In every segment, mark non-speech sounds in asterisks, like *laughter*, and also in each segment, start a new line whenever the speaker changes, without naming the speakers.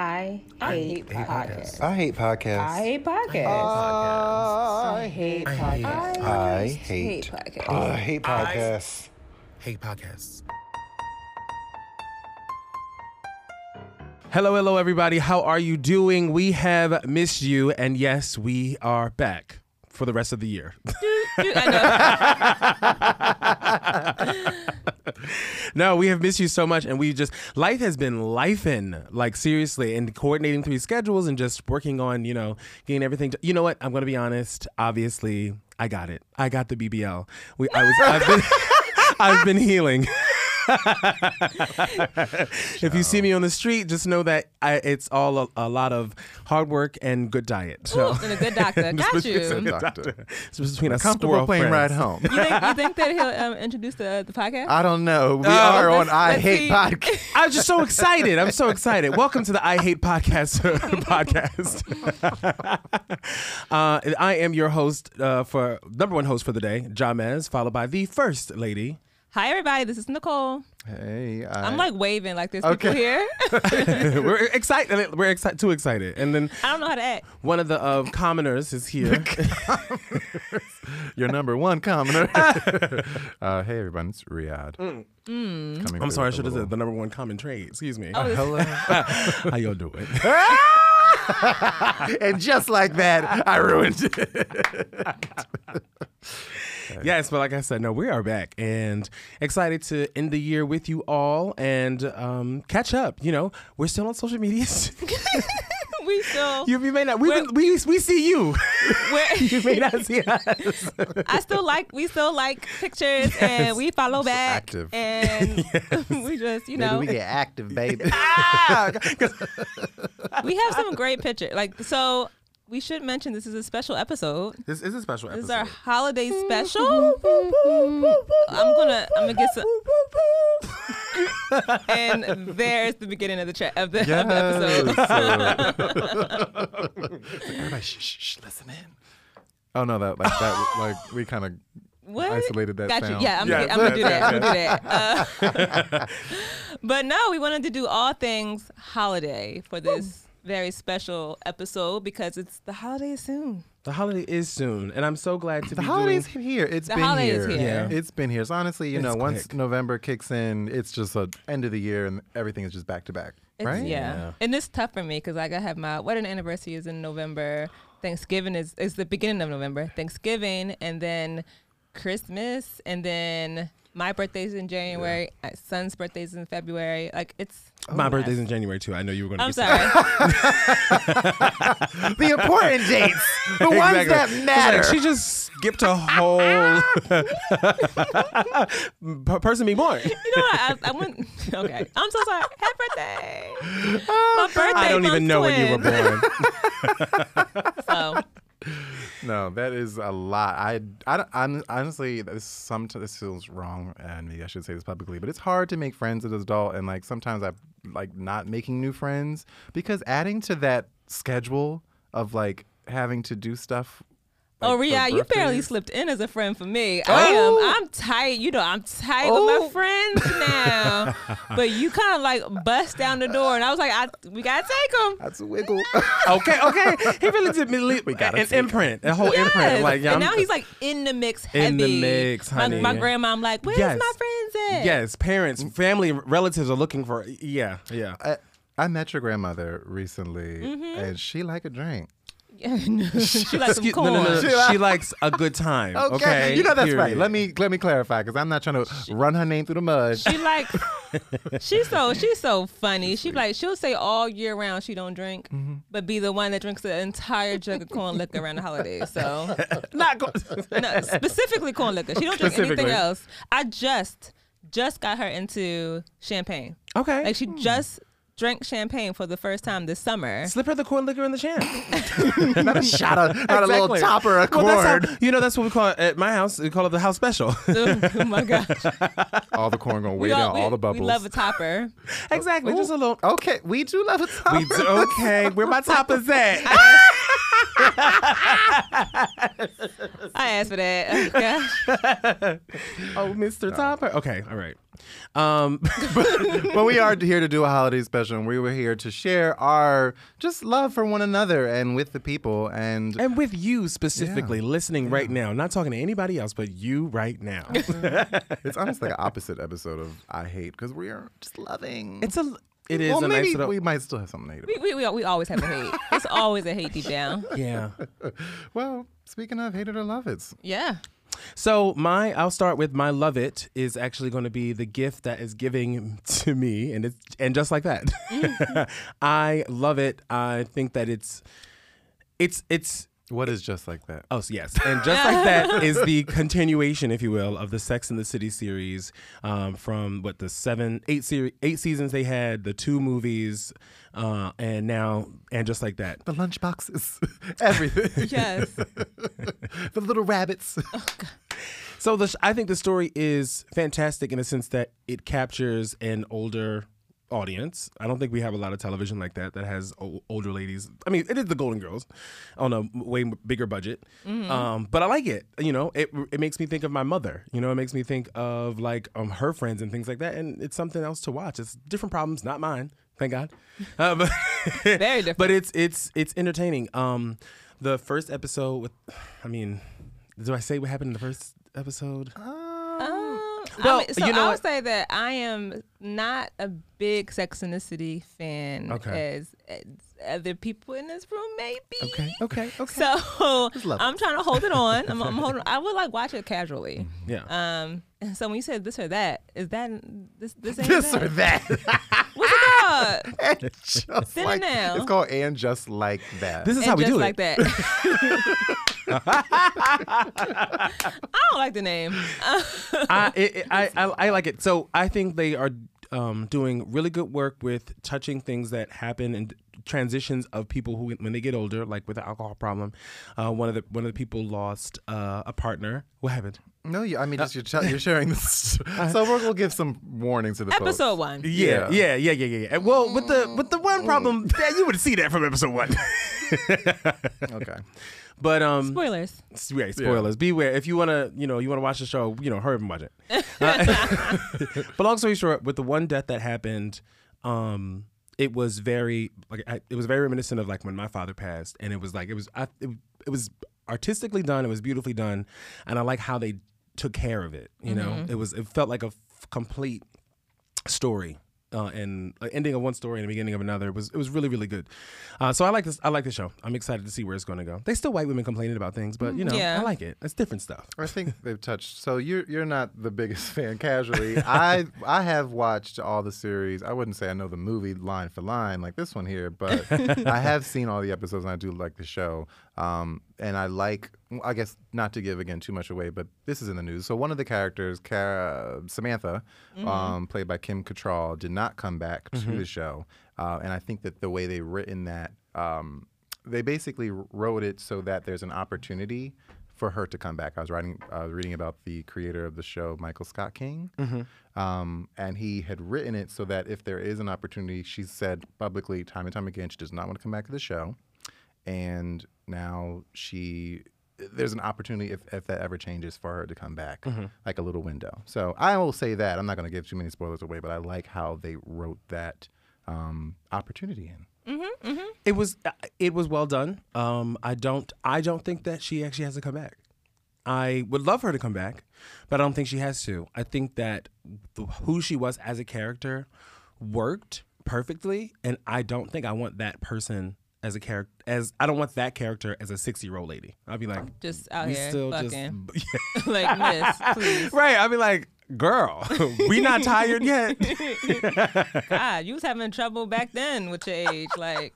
I hate podcasts.
I hate podcasts.
I hate
Oh,
podcasts.
podcasts.
I hate podcasts.
I
hate
hate
podcasts.
I hate podcasts.
Hate podcasts. Hello, hello, everybody. How are you doing? We have missed you, and yes, we are back for the rest of the year. *laughs* no, we have missed you so much, and we just life has been lifing, like seriously, and coordinating three schedules and just working on, you know, getting everything. To, you know what? I'm gonna be honest. Obviously, I got it. I got the BBL. We, I was, I've been, I've been *laughs* healing. if you see me on the street, just know that I, it's all a, a lot of hard work and good diet. So.
and a good
*laughs*
doctor. Got you.
It's
You
a doctor. It's between a
Comfortable
squirrel
plane
friends.
ride home.
think, you think that he'll um, introduce the, the podcast?
I don't know. We are on
let's-
I
let's
hate
see.
podcasts. *laughs*
I'm just so excited. I'm so excited. Welcome to the I Hate Podcast *laughs* podcast. *laughs* uh, I am your host uh, for number one host for the day, Jamez, followed by the first lady. *laughs*
Hi, everybody. This is Nicole.
Hey, I,
I'm like waving like there's
Okay.
people here.
We're excited. We're excited. Too excited. And then
I don't know how to act.
one of the uh, commoners is *laughs* here.
your number one *laughs* commoner. *laughs* uh, hey, everyone, it's Riyadh.
Mm.
Coming
I'm *laughs*
through
sorry. I
with
should
a
have said
little-
the number one common trade. Excuse me.
*laughs* Hello.
How y'all doing?
and just like that, I ruined
*laughs*
it.
Yes, but like I said, no, we are back and excited to end the year with you all and um, catch up. You know, we're still on social medias.
We still.
*laughs* you, you may not. We, we we see you. *laughs*
we're-
you may not see us.
I still like. We still like pictures, and we follow back.
active.
And *laughs* we just, you know,
Maybe we get active,
*laughs*
baby.
we have some great pictures. Like so. We should mention this is a special episode.
This is a special
This
episode.
is our holiday special. *laughs* I'm gonna, I'm gonna get some, and there's the beginning of the tra- of the, of the episode.
*laughs* Everybody, shh, shh, shh, listen in. Oh no, that like that like we kind of
What?
Isolated that
Got
sound.
you. Yeah, I'm,
Yeah,
gonna, I'm gonna do that. I'm gonna do that. Uh, *laughs* but no, we wanted to do all things holiday for this very special episode because it's the holiday is soon.
the holiday is soon, and I'm so glad to
the
be
holidays
doing.
here. It's
The
been
holiday is
here.
here.
Yeah.
It's been here. So honestly, you
It's
know, once
quick.
November kicks in, it's just a end of the year and everything is just back to back.
It's,
right?
Yeah. And it's tough for me because like I have my wedding anniversary is in November. Thanksgiving is is the beginning of November. Thanksgiving and then Christmas and then my birthday's in January. My son's birthday's in February. Like
*laughs*
it's.
My birthday's in January too. I know you were going to.
Oh, I'm
be
sorry.
*laughs* the important
*laughs*
dates, the
*laughs*
ones
Exactly.
that
It's
matter.
Like she just skipped
*laughs*
a whole *laughs* per- person being born.
You know what? I, I went. *laughs* Okay. I'm so sorry. Happy
*laughs*
birthday. My birthday.
Oh, I don't even
month's
know when you were
twins.
born.
So,
no, that is a lot. I, I, don't- I'm, honestly, this sometimes this feels wrong, and maybe I should say this publicly, but it's hard to make friends as an adult, and like sometimes I like not making new friends because adding to that schedule of like having to do stuff. like,
oh,
for
Ria, you barely
birthdays.
slipped in as a friend for me. I
Oh.
am. I'm tight. You know, I'm tight with my friends
*laughs*
now. but you kind of like bust down the door, and I was like, I we gotta take them.
That's a wiggle. *laughs*
okay, okay. He really did me leave
gotta
an
take
imprint, a whole imprint. Like, yeah,
and
I'm-
now he's like in the mix, heavy.
In the mix, honey.
My, my grandma, I'm like, where's
Yes.
my friends at?
yes, parents, family, relatives are looking for. Yeah, yeah.
I, I met your grandmother recently,
Mm-hmm.
and she like a drink.
*laughs* she like some
Excuse-
corn.
no, no,
She
no.
like-
She likes a good time. Okay,
you know that's right.
Period.
Let me let me clarify because I'm not trying to run her name through the mud.
She like *laughs* she's so she's so funny. She like she'll say all year round she don't drink,
Mm-hmm.
but be the one that drinks the entire jug of corn liquor around the holidays. So
*laughs* not. Go-
no, specifically corn liquor. She don't drink anything
Specifically.
else. I just just got her into champagne.
okay.
Like she just drank champagne for the first time this
*laughs*
summer.
Slip her the corn liquor in the champ.
not a shot, of, not a little topper, a
Well, that's
cord.
how, you know, that's what we call it at my house. We call it the house special. *laughs*
oh my gosh.
all the corn gonna
We,
wait
all,
out
we,
all the
we
bubbles.
love a topper.
exactly. Just a little.
Okay, we do love a topper.
We do, okay, where my toppers at?
I asked for that. Oh gosh.
Oh, Mr. Topper. Okay, all right. Um, *laughs*
but we are here to do a holiday special, and we were here to share our just love for one another and with the people. And
and with you specifically listening right now, not talking to anybody else, but you right now.
it's honestly like an opposite episode of I Hate because we are just loving.
it's a it is
well,
a nice
maybe
little
we might still have something to hate about.
We, we, we, we always have a hate. it's always a hate deep down.
*laughs*
*laughs*
yeah.
Well, speaking of hate it or love it,
Yeah.
So my I'll start with my love it is actually going to be the gift that is giving to me and it's and just like that.
Mm.
*laughs* I love it. I think that it's it's it's
what is just like that?
Oh, so yes. And just like
*laughs*
that is the continuation, if you will, of the Sex and the City series um, from what the seven, eight, seri- eight seasons they had, the two movies, uh, and now, and just like that.
The lunch boxes, *laughs* everything.
*laughs*
Yes. Um,
the little rabbits.
So the, I think the story is fantastic in the sense that it captures an older audience. I don't think we have a lot of television like that that has o- older ladies. I mean, it is the Golden Girls on a m- way m- bigger budget.
Mm-hmm.
Um, but I like it. You know, it it makes me think of my mother. You know, it makes me think of like um, her friends and things like that. And it's something else to watch. It's different problems, not mine. Thank
*laughs*
God. Uh, but-
Very different.
*laughs* But it's it's it's entertaining. Um, the first episode with, I mean, do I say what happened in the first episode?
Uh, Um,
Well,
I mean, so
you know
I'll
what?
say that I am not a big Sex and the City fan
Okay.
as, as other people in this room may be.
Okay, okay,
*laughs*
okay.
So
level.
I'm trying to hold it on. I'm, I'm holding. I would like watch it casually.
Mm-hmm. Yeah.
Um. and So when you said this or that, is that this this ain't
*laughs* this
that.
or that. *laughs*
What's it called?
And just
Sit
like,
now.
it's called and just like that.
this is how
And
we
just
do
like
it. *laughs*
that. I don't like the name. *laughs*
I, it, it- I, I I like it. So I think they are um, doing really good work with touching things that happen and transitions of people who, when they get older, like with the alcohol problem. Uh, one of the one of the people lost uh, a partner. What happened?
no, you, I mean, just you're, ch- you're sharing *laughs* this. so we're gonna give some warning to the folks.
Episode one.
Yeah, yeah, yeah, yeah, yeah. yeah. And, Well, with the with the one problem, yeah, *laughs* you would see that from episode one. *laughs*
Okay.
but um,
Spoilers.
S- Yeah, spoilers. Beware. If you wanna, you know, you wanna watch the show, you know, hurry up and watch it. Uh, but long story short, with the one death that happened, um, it was very like I, it was very reminiscent of like when my father passed, and it was like it was I, it, it was artistically done, it was beautifully done, and I like how they took care of it. You know, it was it felt like a f- complete story uh, and uh, ending of one story and the beginning of another. It was it was really really good. Uh, so I like this. I like the show. I'm excited to see where it's going to go. They still white women complaining about things, but you know
Yeah.
I like it. It's different stuff.
I think they've touched. So you're you're not the biggest *laughs* fan. Casually, I I have watched all the series. I wouldn't say I know the movie line for line like this one here, but I have seen all the episodes and I do like the show. Um, and I like. I guess not to give again too much away, but this is in the news. So one of the characters, Cara, uh, Samantha, um, played by Kim Cattrall, did not come back to the show, uh, and I think that the way they written that. Um, they basically wrote it so that there's an opportunity for her to come back. I was writing, I was reading about the creator of the show, Michael Scott King, um, and he had written it so that if there is an opportunity, she said publicly, time and time again, she does not want to come back to the show, and now she, there's an opportunity if, if that ever changes for her to come back, like a little window. So I will say that I'm not going to give too many spoilers away, but I like how they wrote that um, opportunity in.
It was uh, it was well done. Um, I don't I don't think that she actually has to come back. I would love her to come back, but I don't think she has to. I think that th- who she was as a character worked perfectly, and I don't think I want that person as a character. As I don't want that character as a sixty year old lady. I'd be like,
Just out
we
here
still
fucking.
*laughs*
*laughs*
*laughs*
just
like miss, please.
right. I'd be like,
*laughs*
girl, we not
*laughs*
tired yet.
God, you was having trouble back then with your age. Like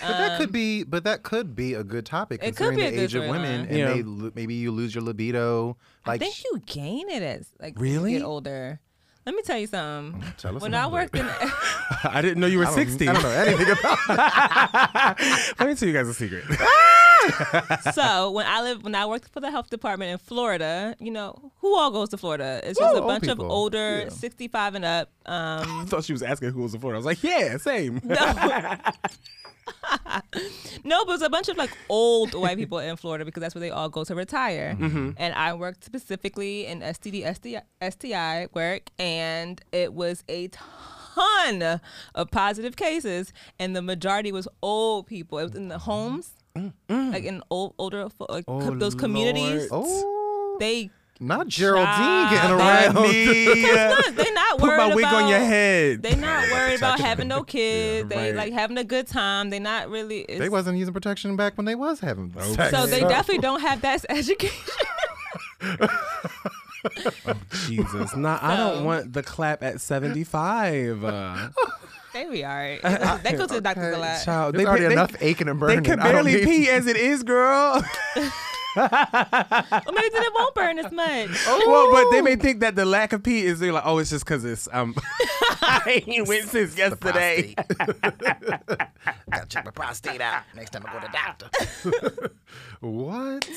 But that could be, but that could be a good topic
Um, It could
considering
be a good
the age of women,
storyline.
and
Yeah.
they lo- maybe you lose your libido.
I
Like,
think
sh-
you gain it as like
Really? Mm-hmm.
you get older. Let me tell you something.
tell us
when I
about
worked in
*laughs* I didn't know you were
I don't-
sixty.
I don't know anything about.
*laughs* Let me tell you guys a secret. *laughs*
so when I lived when I worked for the health department in Florida, you know who all goes to Florida? It's just
Woo,
a
old
bunch
people.
of older,
Yeah.
sixty-five and up. Um, *laughs*
I thought she was asking who was the floor. I was like, yeah, same.
No, but it was a bunch of like
*laughs*
old white people in Florida because that's where they all go to retire.
Mm-hmm.
And I worked specifically in STD, STI, STI work, and it was a ton of positive cases, and the majority was old people. It was in the homes,
Mm-hmm.
like in old, older, fo- like co- *laughs* those communities.
Oh,
They
not Geraldine
Child,
getting
that-
*laughs*
around.
no, they not
Put
worried
my wig
about
on your head.
They not worried about
Protection.
*laughs*
having no kids. they
right.
like having a good time. They not really. it's-
They wasn't using protection back when they was having sex.
so they definitely don't have that *laughs* education.
Jesus, nah, I don't want the clap
*laughs*
at seventy-five. Uh,
they be all right. *laughs* They go to the doctors a lot.
child,
There's already
they,
enough aching and
They
burning.
can
I don't
barely
need-
pee as it is, girl. *laughs*
*laughs*
Well, maybe then it won't burn as *laughs* much.
well, but they may think that the lack of pee is they're like, oh, it's just because it's um, *laughs* I ain't went since yesterday.
Gotta check my prostate out next time I go to the doctor.
*laughs*
What?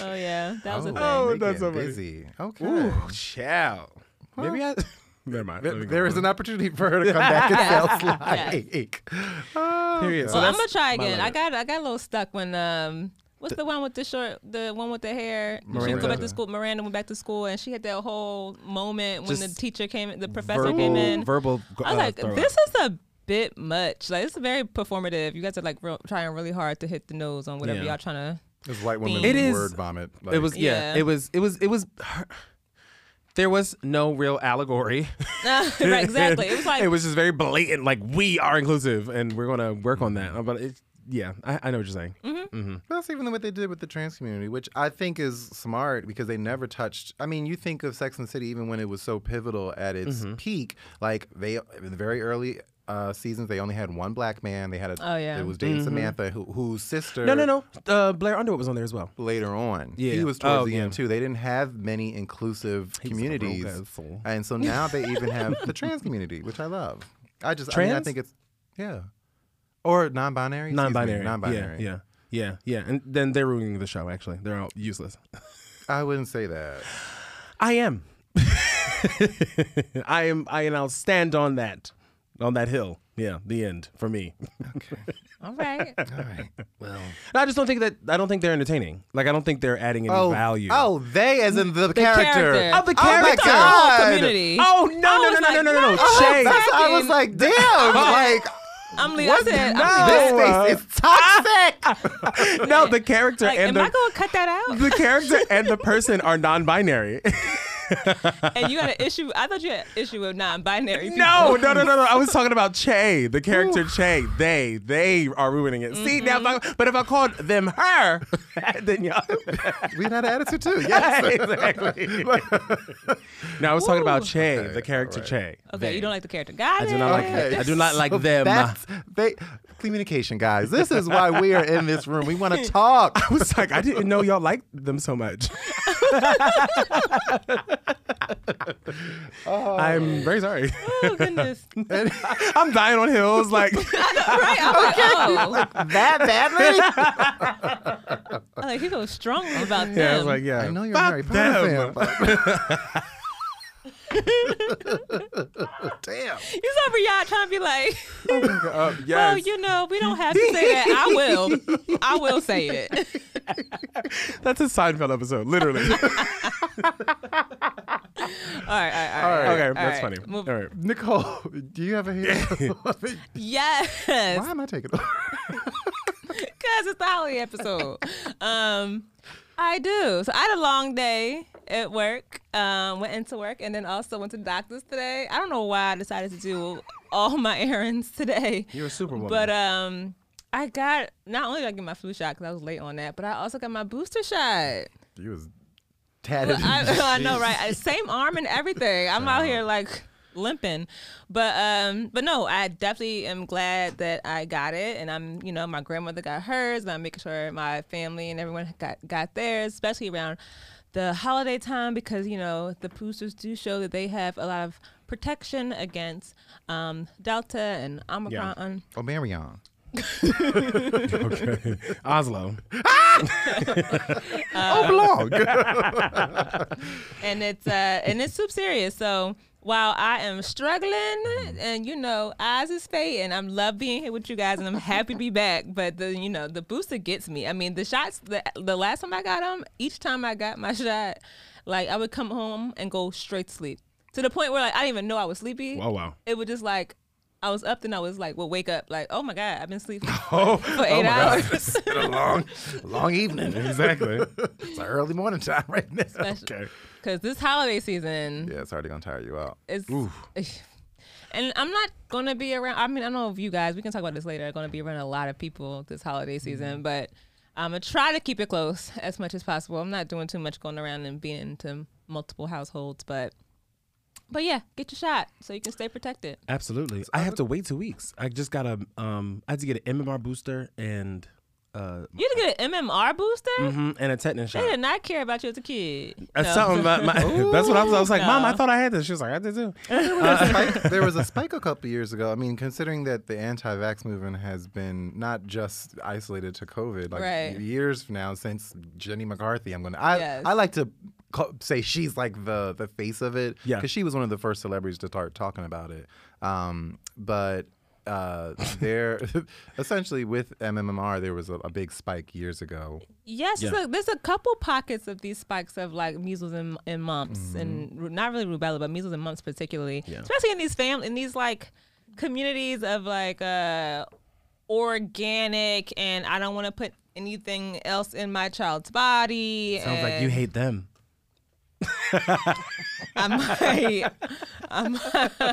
Oh yeah, that was a thing.
Oh,
they
that's
getting
so funny.
busy. Okay.
Ooh, child. Maybe
*laughs*
I. Never mind.
There- there is an opportunity for her to come
*laughs*
back and sell like. *laughs*
period. So
Well, I'm
that's
gonna try
my
again. I
limit.
got I got a little stuck when um. What's the one with the short? The one with the hair. She go back
Miranda.
to school. Miranda went back to school, and she had that whole moment when
Just
the teacher came, the professor came
verbal,
in.
verbal.
I
uh,
was like,
throw
this
up.
is a bit much. Like, it's very performative. You guys are like real, trying really hard to hit the nose on whatever
Yeah.
y'all trying to.
This white woman
It is-
word vomit. Like,
It was yeah,
Yeah.
It was. It was. It was. There was no real allegory.
*laughs*
*laughs*
right, exactly. It was like,
it was just very blatant. Like we are inclusive, and we're gonna work on that. But it, yeah, I, I know what you're saying.
Mm-hmm.
That's even what they did with the trans community, which I think is smart because they never touched. I mean, you think of Sex and the City even when it was so pivotal at its
Mm-hmm.
peak. Like they, in the very early uh, seasons, they only had one black man. They had a.
Oh, yeah.
It was dating Samantha, who, whose sister.
Mm-hmm. No, no, no. Uh, Blair Underwood was on there as well.
Later on,
Yeah.
he was towards
Oh,
the
yeah.
end too. They didn't have many inclusive
was a real
communities,
bad fool.
and so now they even have the trans community, which I love. I just, I, mean, I
Trans?
think it's, yeah, or non-binary, excuse me,
Non-binary.
non-binary.
Yeah, yeah, yeah, yeah. And then they're ruining the show. Actually, they're all useless.
I wouldn't say that.
I am. *laughs* I am. I and I'll stand on that, on that hill. Yeah, the end for me.
all
*laughs*
right.
All right. Well.
And I just don't think that. I don't think they're entertaining. Like I don't think they're adding any
*laughs* oh,
value.
Oh, they as in the, character.
character.
Of the
my
character.
The whole
God.
community.
Oh no
I
no
was
no, no no
like,
no no no!
no.
Shade.
That's I was
Fucking- *laughs*
like, damn, like
I'm leaving. I
what?
said,
No.
I'm leaving.
this face is toxic.
no, the character
Like,
and
am
the
I gonna cut that
*laughs*
out?
the character and the person are
*laughs*
non-binary.
and you got an issue? I thought you had an issue with non-binary. People.
no, no, no, no, no. I was talking about Che, the character Che. They, they are ruining it. See now, if
Mm-hmm.
I, but if I called them her, *laughs* then y'all.
we had an attitude
*laughs*
too.
*laughs*
Yes.
exactly. no, I was talking about
Ooh.
Che,
Okay,
the character
all
Che.
Okay, you don't like the character. Got
I
it.
do not like
Okay.
that. I do not like
So
them.
that's- They, communication, guys. This is why we are in this room. We want to talk.
I was like, I didn't know y'all liked them so much. I'm very sorry.
Oh
*laughs*
goodness.
I'm dying on hills. Like,
right. I'm like, oh.
*laughs* That
*laughs*
badly?
I'm like, he goes strongly about them.
yeah, I was like, yeah.
I know you're
Fuck
very Potter
them.
fan, but- Damn.
You saw Riyadh trying to be like,
Uh, yes.
well, you know, we don't have to say that. I will. I will say it. *laughs*
That's a Seinfeld episode, literally.
All right, all right, all right.
okay,
All right,
that's funny.
move-
All right.
*laughs* Nicole, do you have a *laughs* hero?
Yes.
Why am I taking *laughs* over?
Because it's the holiday episode. um, I do. So I had a long day at work. Um, went into work and then also went to the doctor's today. I don't know why I decided to do all my *laughs* errands today.
You're a superwoman.
But um, I got not only did I get my flu shot because I was late on that, but I also got my booster shot.
*laughs*
You was tatted.
I, *laughs* I know, right? I- Same arm and everything. I'm out here like limping, but um, but no, I definitely am glad that I got it, and I'm, you know, my grandmother got hers, and I'm making sure my family and everyone got got theirs, especially around the holiday time because you know the boosters do show that they have a lot of protection against um, Delta and Omicron.
Oh, Marion.
okay. Oslo.
oh, blog. Oh,
*laughs*
*laughs*
uh, and it's uh and it's super serious. So while I am struggling and you know eyes is fading. I'm love being here with you guys and I'm happy to be back. But the you know the booster gets me. I mean the shots. The the last time I got them, each time I got my shot, like I would come home and go straight to sleep to the point where like I didn't even know I was sleepy.
Wow, wow.
It was just like. I was up, then I was like, "Well, wake up!" Like, "Oh my god, I've been
*laughs*
sleeping
Oh,
for eight hours."
*laughs*
*laughs*
It's been a long, long evening.
exactly.
It's an early morning time right now.
Okay.
Because this holiday season,
*laughs* Yeah, it's already gonna tire you out.
It's *sighs* and I'm not gonna be around. I mean, I don't know if you guys. We can talk about this later. Gonna be around a lot of people this holiday
Mm-hmm.
season, but I'm gonna try to keep it close as much as possible. I'm not doing too much going around and being into multiple households, but but yeah, get your shot so you can stay protected.
Absolutely. I have to wait two weeks. I just got a um. I had to get an MMR booster and uh
You didn't get an MMR booster.
mhm, and a tetanus
They
shot.
did not care about you as a kid.
That's
No.
something about my. *laughs* that's what I was. I was like, Mom, I
no.
thought I had this. She was like, I
*laughs*
did too.
spike, there was a spike a couple years ago. I mean, considering that the anti-vax movement has been not just isolated to COVID, like
Right.
years now since Jenny McCarthy. I'm gonna. I
Yes.
I like to call, say she's like the the face of it.
Yeah.
because she was one of the first celebrities to start talking about it. Um, but. Uh, there, *laughs* essentially with MMR, there was a, a big spike years ago.
Yes,
Yeah.
so there's a couple pockets of these spikes of like measles and, and mumps,
Mm-hmm.
and ru- not really rubella, but measles and mumps particularly, especially in these fam in these like communities of like uh, organic, and I don't want to put anything else in my child's body.
Sounds like you
and
hate them.
I might, *laughs* I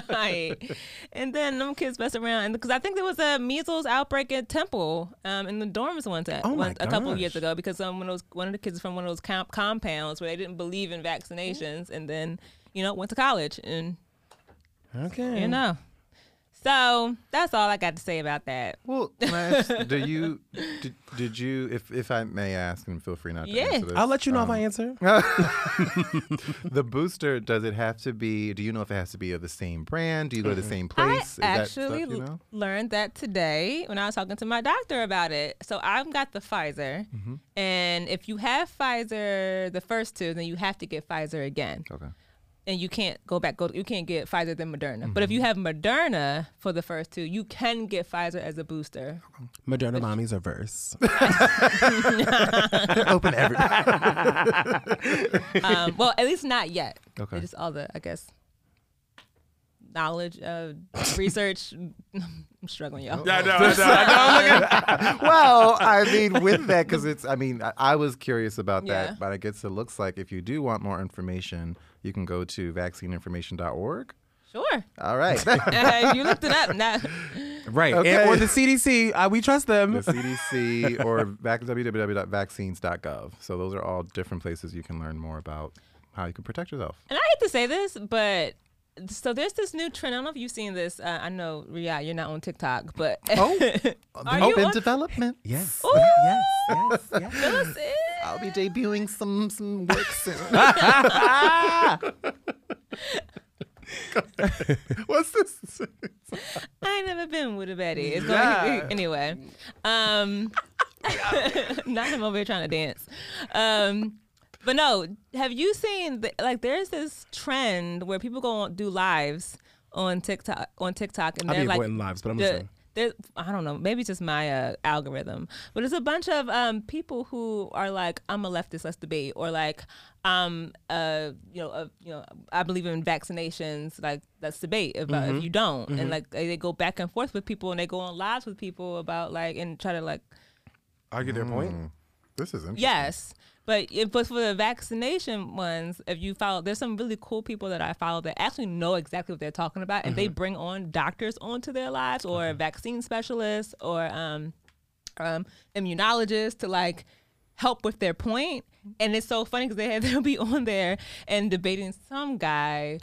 might. and then them kids mess around, and because I think there was a measles outbreak at Temple, um, in the dorms once, at,
Oh my
once- a couple
gosh.
years ago, because um, one of those one of the kids from one of those comp- compounds where they didn't believe in vaccinations, and then you know went to college, and
Okay.
you
Hmm.
know, so that's all I got to say about that.
Well, can I ask,
*laughs*
do you did, did you if if I may ask and feel free not to
Yeah.
answer this,
I'll let you know if
um,
I answer.
The booster, does it have to be? Do you know if it has to be of the same brand? Do you go to the same place?
Mm-hmm. I
Is that stuff,
actually
you
l-
know?
learned that today when I was talking to my doctor about it. So I've got the Pfizer,
Mm-hmm.
and if you have Pfizer the first two, then you have to get Pfizer again,
Okay.
and you can't go back. Go you can't get Pfizer then Moderna. But if you
Mm-hmm.
have Moderna for the first two, you can get Pfizer as a
*laughs*
booster.
Moderna mommies are verse.
They're open every.
um, well, at least not yet.
Okay.
It's just all the I guess knowledge of research. *laughs* I'm struggling, y'all. *laughs*
I know. I know. I know.
well, I mean, with that, because it's. I mean, I, I was curious about that,
Yeah.
but I guess it looks like if you do want more information, you can go to vaccineinformation.org.
Sure. *laughs*
All right.
Uh, you looked it up. Now,
*laughs* Right.
Okay.
And- or the CDC. Uh, we trust them.
the CDC or vac- www.vaccines.gov. So those are all different places you can learn more about how you can protect yourself.
and I hate to say this, but so there's this new trend. I don't know if you've seen this. Uh, I know, Ria, you're not on TikTok,
*laughs*
but
Oh,
*laughs* Are
they've
you
been
on-
development.
*laughs* Yes.
Ooh.
*laughs* Yes. Yes.
*laughs*
Yes.
Fill us in.
I'll be debuting some some work soon.
*laughs*
*laughs*
What's this?
I ain't never been with a Betty. It's going anyway. Um, *laughs* not him over here trying to dance. Um, but no, have you seen the, like there's this trend where people go on, do lives on TikTok on TikTok and
I'll
they're
be
like
avoiding lives, but I'm
the-
listening.
there- I don't know. Maybe it's just my uh, algorithm, but it's a bunch of um, people who are like, "I'm a leftist, let's debate," or like, "Um, uh, you know, uh, you know, I believe in vaccinations, like let's debate about if you don't." And like they they go back and forth with people, and they go on lives with people about like and try to like
Argue their point.
This is interesting.
Yes. But if, but for the vaccination ones, if you follow, there's some really cool people that I follow that actually know exactly what they're talking about, and they bring on doctors onto their lives, or vaccine specialists, or um, um, immunologists to like help with their point. And it's so funny because they had *laughs* they'll be on there and debating some guy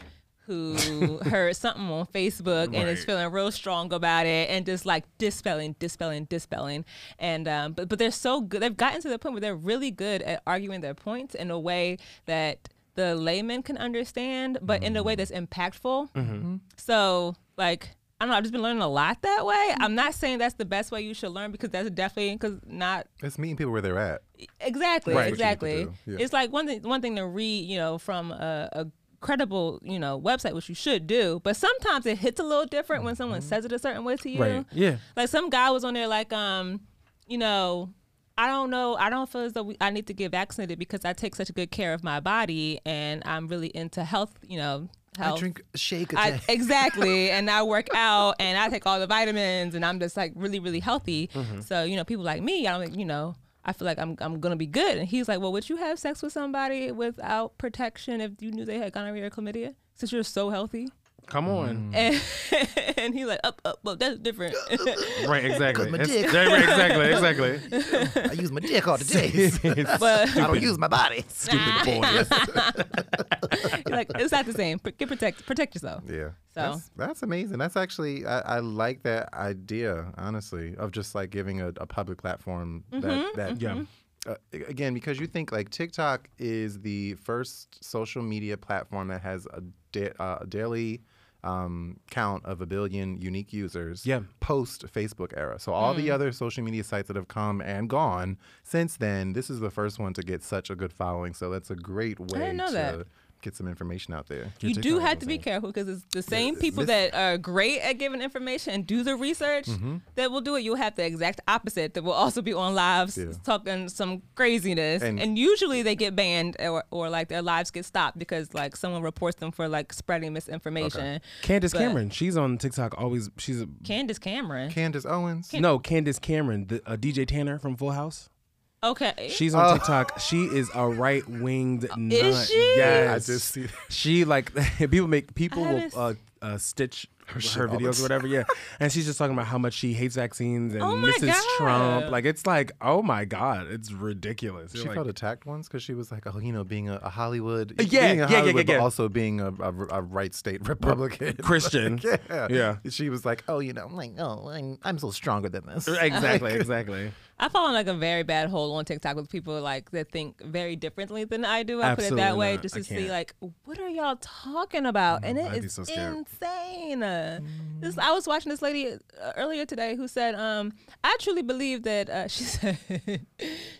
who heard something on Facebook and is feeling real strong about it and just like dispelling, dispelling, dispelling. And um, but but they're so good. They've gotten to the point where they're really good at arguing their points in a way that the layman can understand, but in a way that's impactful. So like I don't know, I've just been learning a lot that way. I'm not saying that's the best way you should learn because that's definitely because not
It's meeting people where they're at.
exactly
Right. What you need to
exactly.
do, yeah.
It's like one thing one thing to read you know from a, a credible, you know, website, which you should do. But sometimes it hits a little different when someone says it a certain way to you.
Mm-hmm. Right.
Yeah.
Like some guy was on there like, um, you know, I don't know. I don't feel as though we, I need to get vaccinated because I take such good care of my body and I'm really into health. You know, health.
I drink a shake a
I,
day.
exactly. and I work out and I take all the vitamins and I'm just like really, really healthy. So, you know, people like me, I'm like, you know, I feel like I'm, I'm going to be good. And he's like, well, would you have sex with somebody without protection if you knew they had gonorrhea or chlamydia? Since you're so healthy, *laughs*
Come on.
and, and he's like, up, up, up. That's different. Mm.
Right, exactly.
my
It's-
dick.
right, exactly, exactly.
I use my dick all the day.
*laughs* but
I don't use my body.
*laughs*
Stupid boys.
he's like, it's not the same. Pr- Get protect, protect yourself.
Yeah.
So-
That's, that's amazing. That's actually, I, I like that idea, honestly, of just like giving a, a public platform
Mm-hmm,
that, that
Yeah. mhm.
Uh, again, because you think like TikTok is the first social media platform that has a, da- uh, a daily um, count of a billion unique users
Yeah.
post Facebook era. So, all
Mm.
the other social media sites that have come and gone since then, this is the first one to get such a good following. So, that's a great way
didn't know
to
that.
get some information out there.
you
Your
do
TikTok
have to be careful because it's the same people that are great at giving information and do the research
Mm-hmm.
that will do it. You'll have the exact opposite that will also be on lives
Yeah.
talking some craziness,
And-
and, usually they get banned or, or like their lives get stopped because like someone reports them for like spreading misinformation.
Candace
But-
Cameron, she's on TikTok always. She's a,
Candace Cameron.
Candace Owens.
no Candace Cameron, the, uh, DJ Tanner from Full House.
okay.
She's
Oh.
on TikTok. She is a right winged nut.
she?
Yes.
I just see that.
She like *laughs* people make people
I
will
haven't
uh, uh, stitch her,
shit all the
videos or whatever.
*laughs*
Yeah, and she's just talking about how much she hates vaccines and
Oh my
Mrs. Trump.
God.
Like it's like oh my god, it's ridiculous. You're
She
like, Uh,
felt attacked once because she was like, oh, you know, being a, a Hollywood,
yeah,
being a
yeah, yeah,
Hollywood,
yeah, yeah.
but also being a, a, a right state *laughs* Republican.
Christian.
yeah.
Yeah.
She was like, oh, you know,
I'm like, oh, I'm, I'm so stronger than this.
*laughs* Exactly, exactly.
I fall in like a very bad hole on TikTok with people like that think very differently than I do. I put it
Absolutely
that way
not.
just
I
to see
can't. Mm,
like what are y'all talking about, and
I'd
it
be
is
so scared. Mm.
insane. This I was watching this lady uh, earlier today who said, um, "I truly believe that." Uh, *laughs* she said,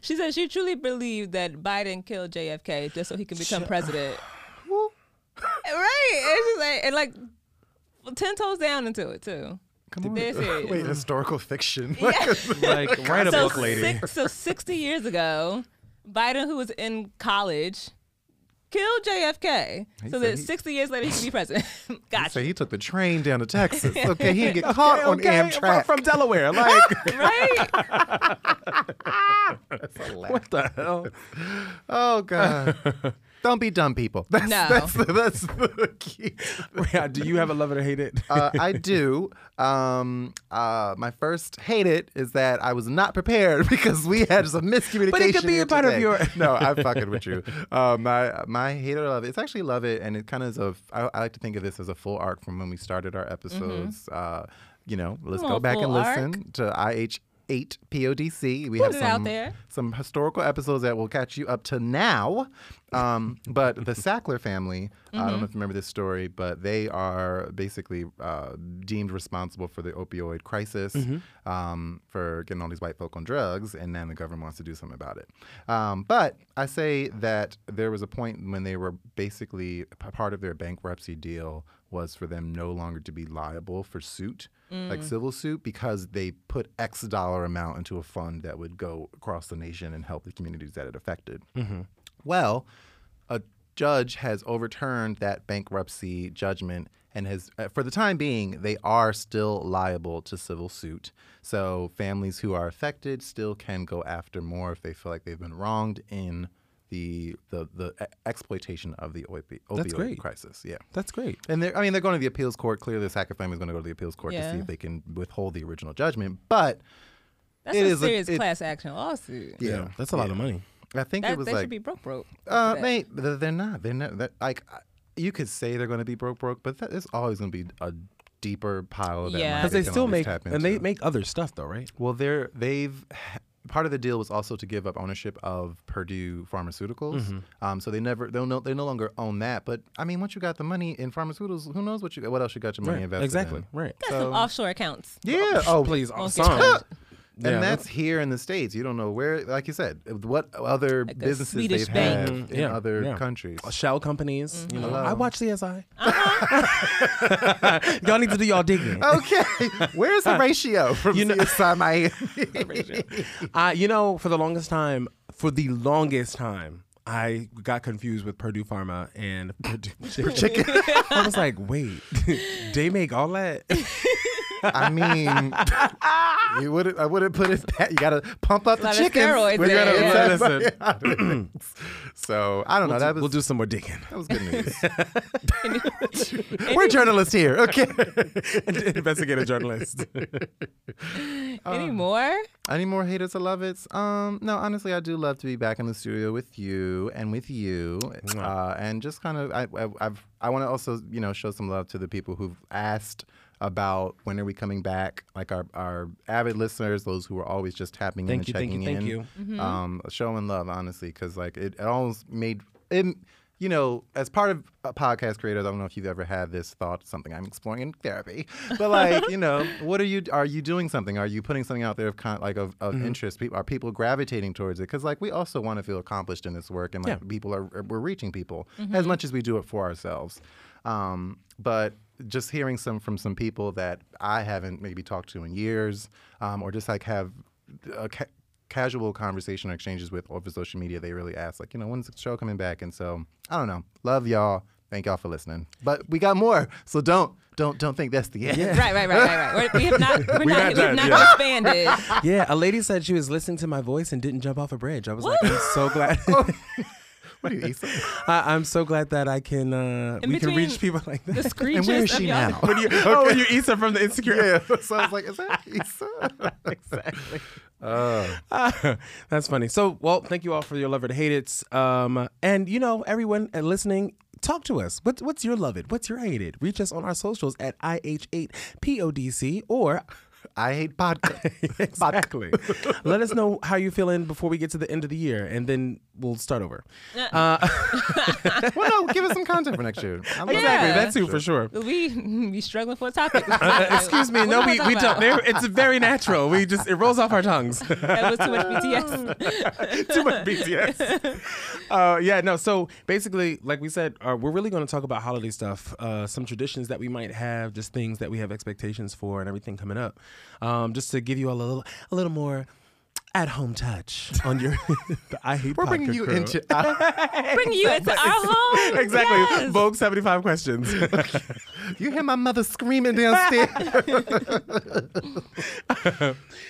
"She said she truly believed that Biden killed JFK just so he could become
*sighs*
president." right? And she's like, and like. Ten toes down into it too.
*laughs* come on.
They're serious.
*laughs* Wait, historical fiction.
Like write a
so,
book, lady.
six- so 60 years ago, Biden, who was in college, killed JFK. so
said
that
he-
60 years later, he could be president. *laughs*
so
gotcha.
he took the train down to Texas. Okay, he didn't get caught on Amtrak.
from Delaware. Like *laughs*
*laughs*
Right?
what the
*laughs*
hell? *laughs*
oh, God. Don't be dumb people. That's,
No.
that's, the, that's *laughs* the key.
Yeah, Do you have a love it or hate it?
uh, I do. Um, uh, my first hate it is that I was not prepared *laughs* because we had some miscommunication.
But it could be
here
a part of
today.
your- *laughs*
no, I'm fucking with you. Uh, my my hate it or love it. It's actually love it, and it kind of is a. I, I like to think of this as a full arc from when we started
Mm-hmm.
our episodes. Uh, you know, let's
Oh,
Come
go
on,
back and
full arc.
listen to IH. Eight PODC. We have
it out
some
there.
some historical episodes that will catch you up to now.
*laughs*
Um, but the Sackler family, I
Mm-hmm.
don't know if you remember this story, but they are basically uh, deemed responsible for the opioid crisis,
Mm-hmm.
um, for getting all these white folk on drugs, and then the government wants to do something about it. Um, but I say that there was a point when they were basically p- part of their bankruptcy deal was for them no longer to be liable for suit, like civil suit, because they put X dollar amount into a fund that would go across the nation and help the communities that it affected. Well, a judge has overturned that bankruptcy judgment and has, uh, for the time being, they are still liable to civil suit. So families who are affected still can go after more if they feel like they've been wronged in the the, the e- exploitation of the opi-
That's
opioid
great.
crisis. Yeah.
That's great.
And they're, I mean, they're going to the appeals court. Clearly, the Sackett family is going to go to the appeals court to
Yeah.
see if they can withhold the original judgment. But
That's
It
a
is a-
serious
it-
class action lawsuit.
yeah,
that's a lot of money.
I think
That,
it was
they
like
should be broke, broke.
Uh,
for that.
mate, th- they're not. They're not. That like, I- you could say they're going to be broke, broke, but that, there's always going to be a deeper pile of that.
Yeah.
money
Because
Because they
can
still
always
make
tap
and they
into.
make other stuff though, right?
Well, they're they've *sighs* part of the deal was also to give up ownership of Purdue Pharmaceuticals.
Mm-hmm.
Um, so they never they'll no, they no longer own that. But I mean, once you got the money in pharmaceuticals, who knows what you what else you got your money invested
Exactly.
in?
Right.
*laughs*
Got some offshore accounts.
Yeah. Oh,
please,
Won't
some.
get
And
Yeah,
that's here in the states. You don't know where, like you said, what other
Like a
businesses
Swedish
they've had
bank.
in other countries.
Uh, Shell companies. You know,
Hello.
I watch *laughs* CSI. y'all need to do y'all digging.
Oh. Okay, where's the ratio from
You
you
know-
know, CSI Miami?
Uh, you know, for the longest time, for the longest time, I got confused with Purdue Pharma and *laughs* Purdue Chicken. *laughs* I was like, wait, *laughs* they make all that?
*laughs* I mean, you would I wouldn't put it. That, you gotta pump up the
Lot of
chicken.
steroids there, yeah.
so I don't know. That was
we'll do some more
*laughs*
digging. *laughs*
that was good news. *laughs* We're journalists here. Okay.
Investigative journalist.
Uh,
Anymore?
Any more haters or love it's? Um, no, honestly, I do love to be back in the studio with you and with you, uh, and just kind of I I, I've, I want to also you know show some love to the people who've asked about when are we coming back, like our, our avid listeners, those who are always just tapping
Thank you,
in
thank
and
you,
checking
thank
in,
you.
um, showing love honestly, because like it, it almost made it. You know, as part of a podcast creators, I don't know if you've ever had this thought, something I'm exploring in therapy, but like, you know, what are you? Are you doing something? Are you putting something out there of con- like of, of interest? People are people gravitating towards it? Because like we also want to feel accomplished in this work, and like
Yeah.
people are uh, we're reaching people as much as we do it for ourselves. Um, but just hearing some from some people that I haven't maybe talked to in years, um, or just like have a ca- casual conversation or exchanges with over social media, they really ask like, you know, when's the show coming back? And so I don't know. Love y'all. Thank y'all for listening. But we got more, so don't don't don't think that's the end.
Right, right, right, right, right. We're, we have not, we're
not
not, we
done,
have not
yeah.
expanded.
yeah, a lady said she was listening to my voice and didn't jump off a bridge. I was like, I'm so glad.
*laughs*
*laughs*
What do you Issa? *laughs*
I, I'm so glad that I can. Uh,
In
we can reach
between
people like
The *laughs*
that. *laughs*
screeches
*laughs* And where is
of
she
y'all-
now?
When you, Oh, when you Issa from the Insecure.
yeah. So I was like, is that
*laughs*
Issa? Uh, exactly.
Ah, *laughs* That's funny. So, well, thank you all for your love or to hate it. Um, and you know, everyone uh, listening, talk to us. What, what's your love it? What's your hate it? Reach us on our socials at IH8PODC or *laughs*
I hate
*laughs*
podcast.
exactly. Let us know how you're feeling before we get to the end of the year, and then we'll start over.
Uh-uh.
Uh,
well, no, give us some content for next year. I'm
exactly.
Yeah.
That too, for sure.
Uh,
We *laughs* we struggling for a
*laughs*
topic.
Uh, excuse me.
What
No,
am I
we,
talking
we
about?
don't. There- It's very natural. We just, it rolls off our
*laughs*
tongues.
That was too much BTS.
too much
*laughs*
BTS. uh, yeah, no. So basically, like we said, uh, we're really going to talk about holiday stuff, uh, some traditions that we might have, just things that we have expectations for, and everything coming up. Um, just to give you a little, a little more at home touch on
*laughs*
your. *laughs* the I hate.
We're bringing
Podcast
you
crew.
into. I,
Bring you into our home.
Exactly.
Yes.
Vogue 75 questions.
you hear my mother screaming
*laughs*
downstairs.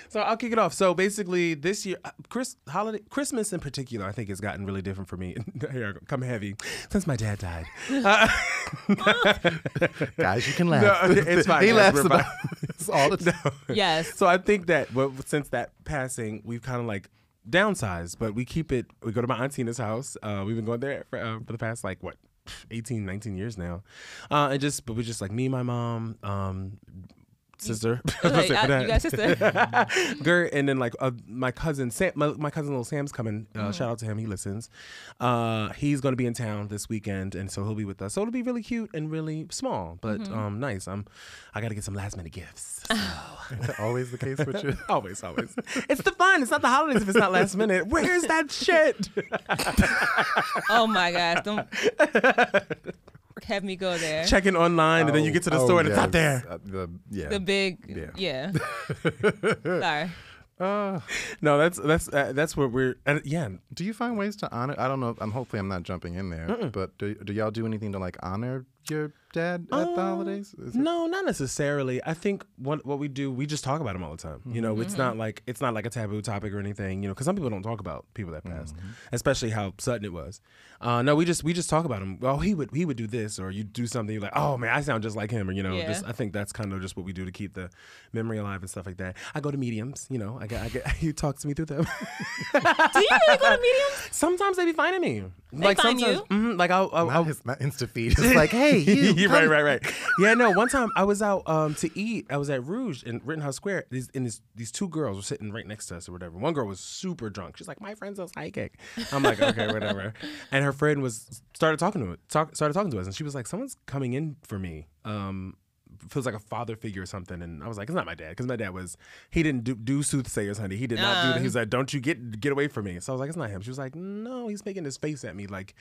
so I'll kick it off. So basically, this year, uh, Chris holiday, Christmas in particular, I think has gotten really different for me. *laughs* Here, I go, come heavy since my dad died. *laughs*
Guys, you can laugh.
No, it's fine.
He
Yes,
laughs
we're
about
fine.
this
*laughs*
all the time.
Yes.
So I think that well, since that passing, we've kind of like downsized, but we keep it. We go to my aunt Tina's house. Uh, we've been going there for, uh, for the past like what. 18 19 years now uh and just but we're just like me my mom um sister *laughs* I was gonna
Like,
say
uh,
that.
you guys, sister.
*laughs* Gert, and then like uh, my cousin Sam, my, my cousin little Sam's coming.
Mm-hmm.
Uh, Shout out to him, he listens. Uh, he's going to be in town this weekend, and so he'll be with us. So it'll be really cute and really small, but
Mm-hmm.
um, nice. I'm, I got to get some last minute gifts.
*laughs*
*laughs* So.
Always the case with you.
always, always. it's the fun. It's not the holidays if it's not last minute. Where's that
*laughs*
shit? *laughs*
Oh my gosh. Don't have me go there.
Checking online, and then you get to the
Oh,
store and it's not
yes.
there.
Uh, the, yeah.
The big.
*laughs*
Yeah. Sorry.
Uh,
No, that's that's uh, that's what we're. And yeah,
do you find ways to honor? I don't know. I'm hopefully I'm not jumping in there, but do, do y'all do anything to like honor your dad at
Um,
the holidays? Is it-
Um, No, not necessarily. I think what what we do, we just talk about them all the time. You know, it's
Mm-hmm.
not like it's not like a taboo topic or anything. You know, because some people don't talk about people that passed,
Mm-hmm.
especially how sudden it was. Uh, no, we just we just talk about them. Well, he would he would do this, or you do something you're like, oh man, I sound just like him, or you know,
Yeah.
just I think that's kind of just what we do to keep the memory alive and stuff like that. I go to mediums. You know, I get I get *laughs* he talks to me through them.
Do you really go to mediums?
sometimes they be finding me. like
find
sometimes, Mhm, like I'll, I'll,
Not
Oh.
I'll
his not Insta feed.
*laughs*
It's
*laughs*
like, hey, you.
Yeah, right,
come-
right, right. Yeah, no. One time I was out um, to eat. I was at Rouge in Rittenhouse Square, These- and this, these two girls were sitting right next to us or whatever. One girl was super drunk. She's like, "My friend's a psychic." I'm like,
*laughs*
"Okay, whatever." And her friend was started talking to talk, started talking to us, and she was like, "Someone's coming in for me." Um, feels like a father figure or something. And I was like, it's not my dad because my dad was he didn't do, do soothsayers, honey. He did not
Uh.
do that. He was like, don't you get get away from me. So I was like, it's not him. She was like, no, he's making his face at me like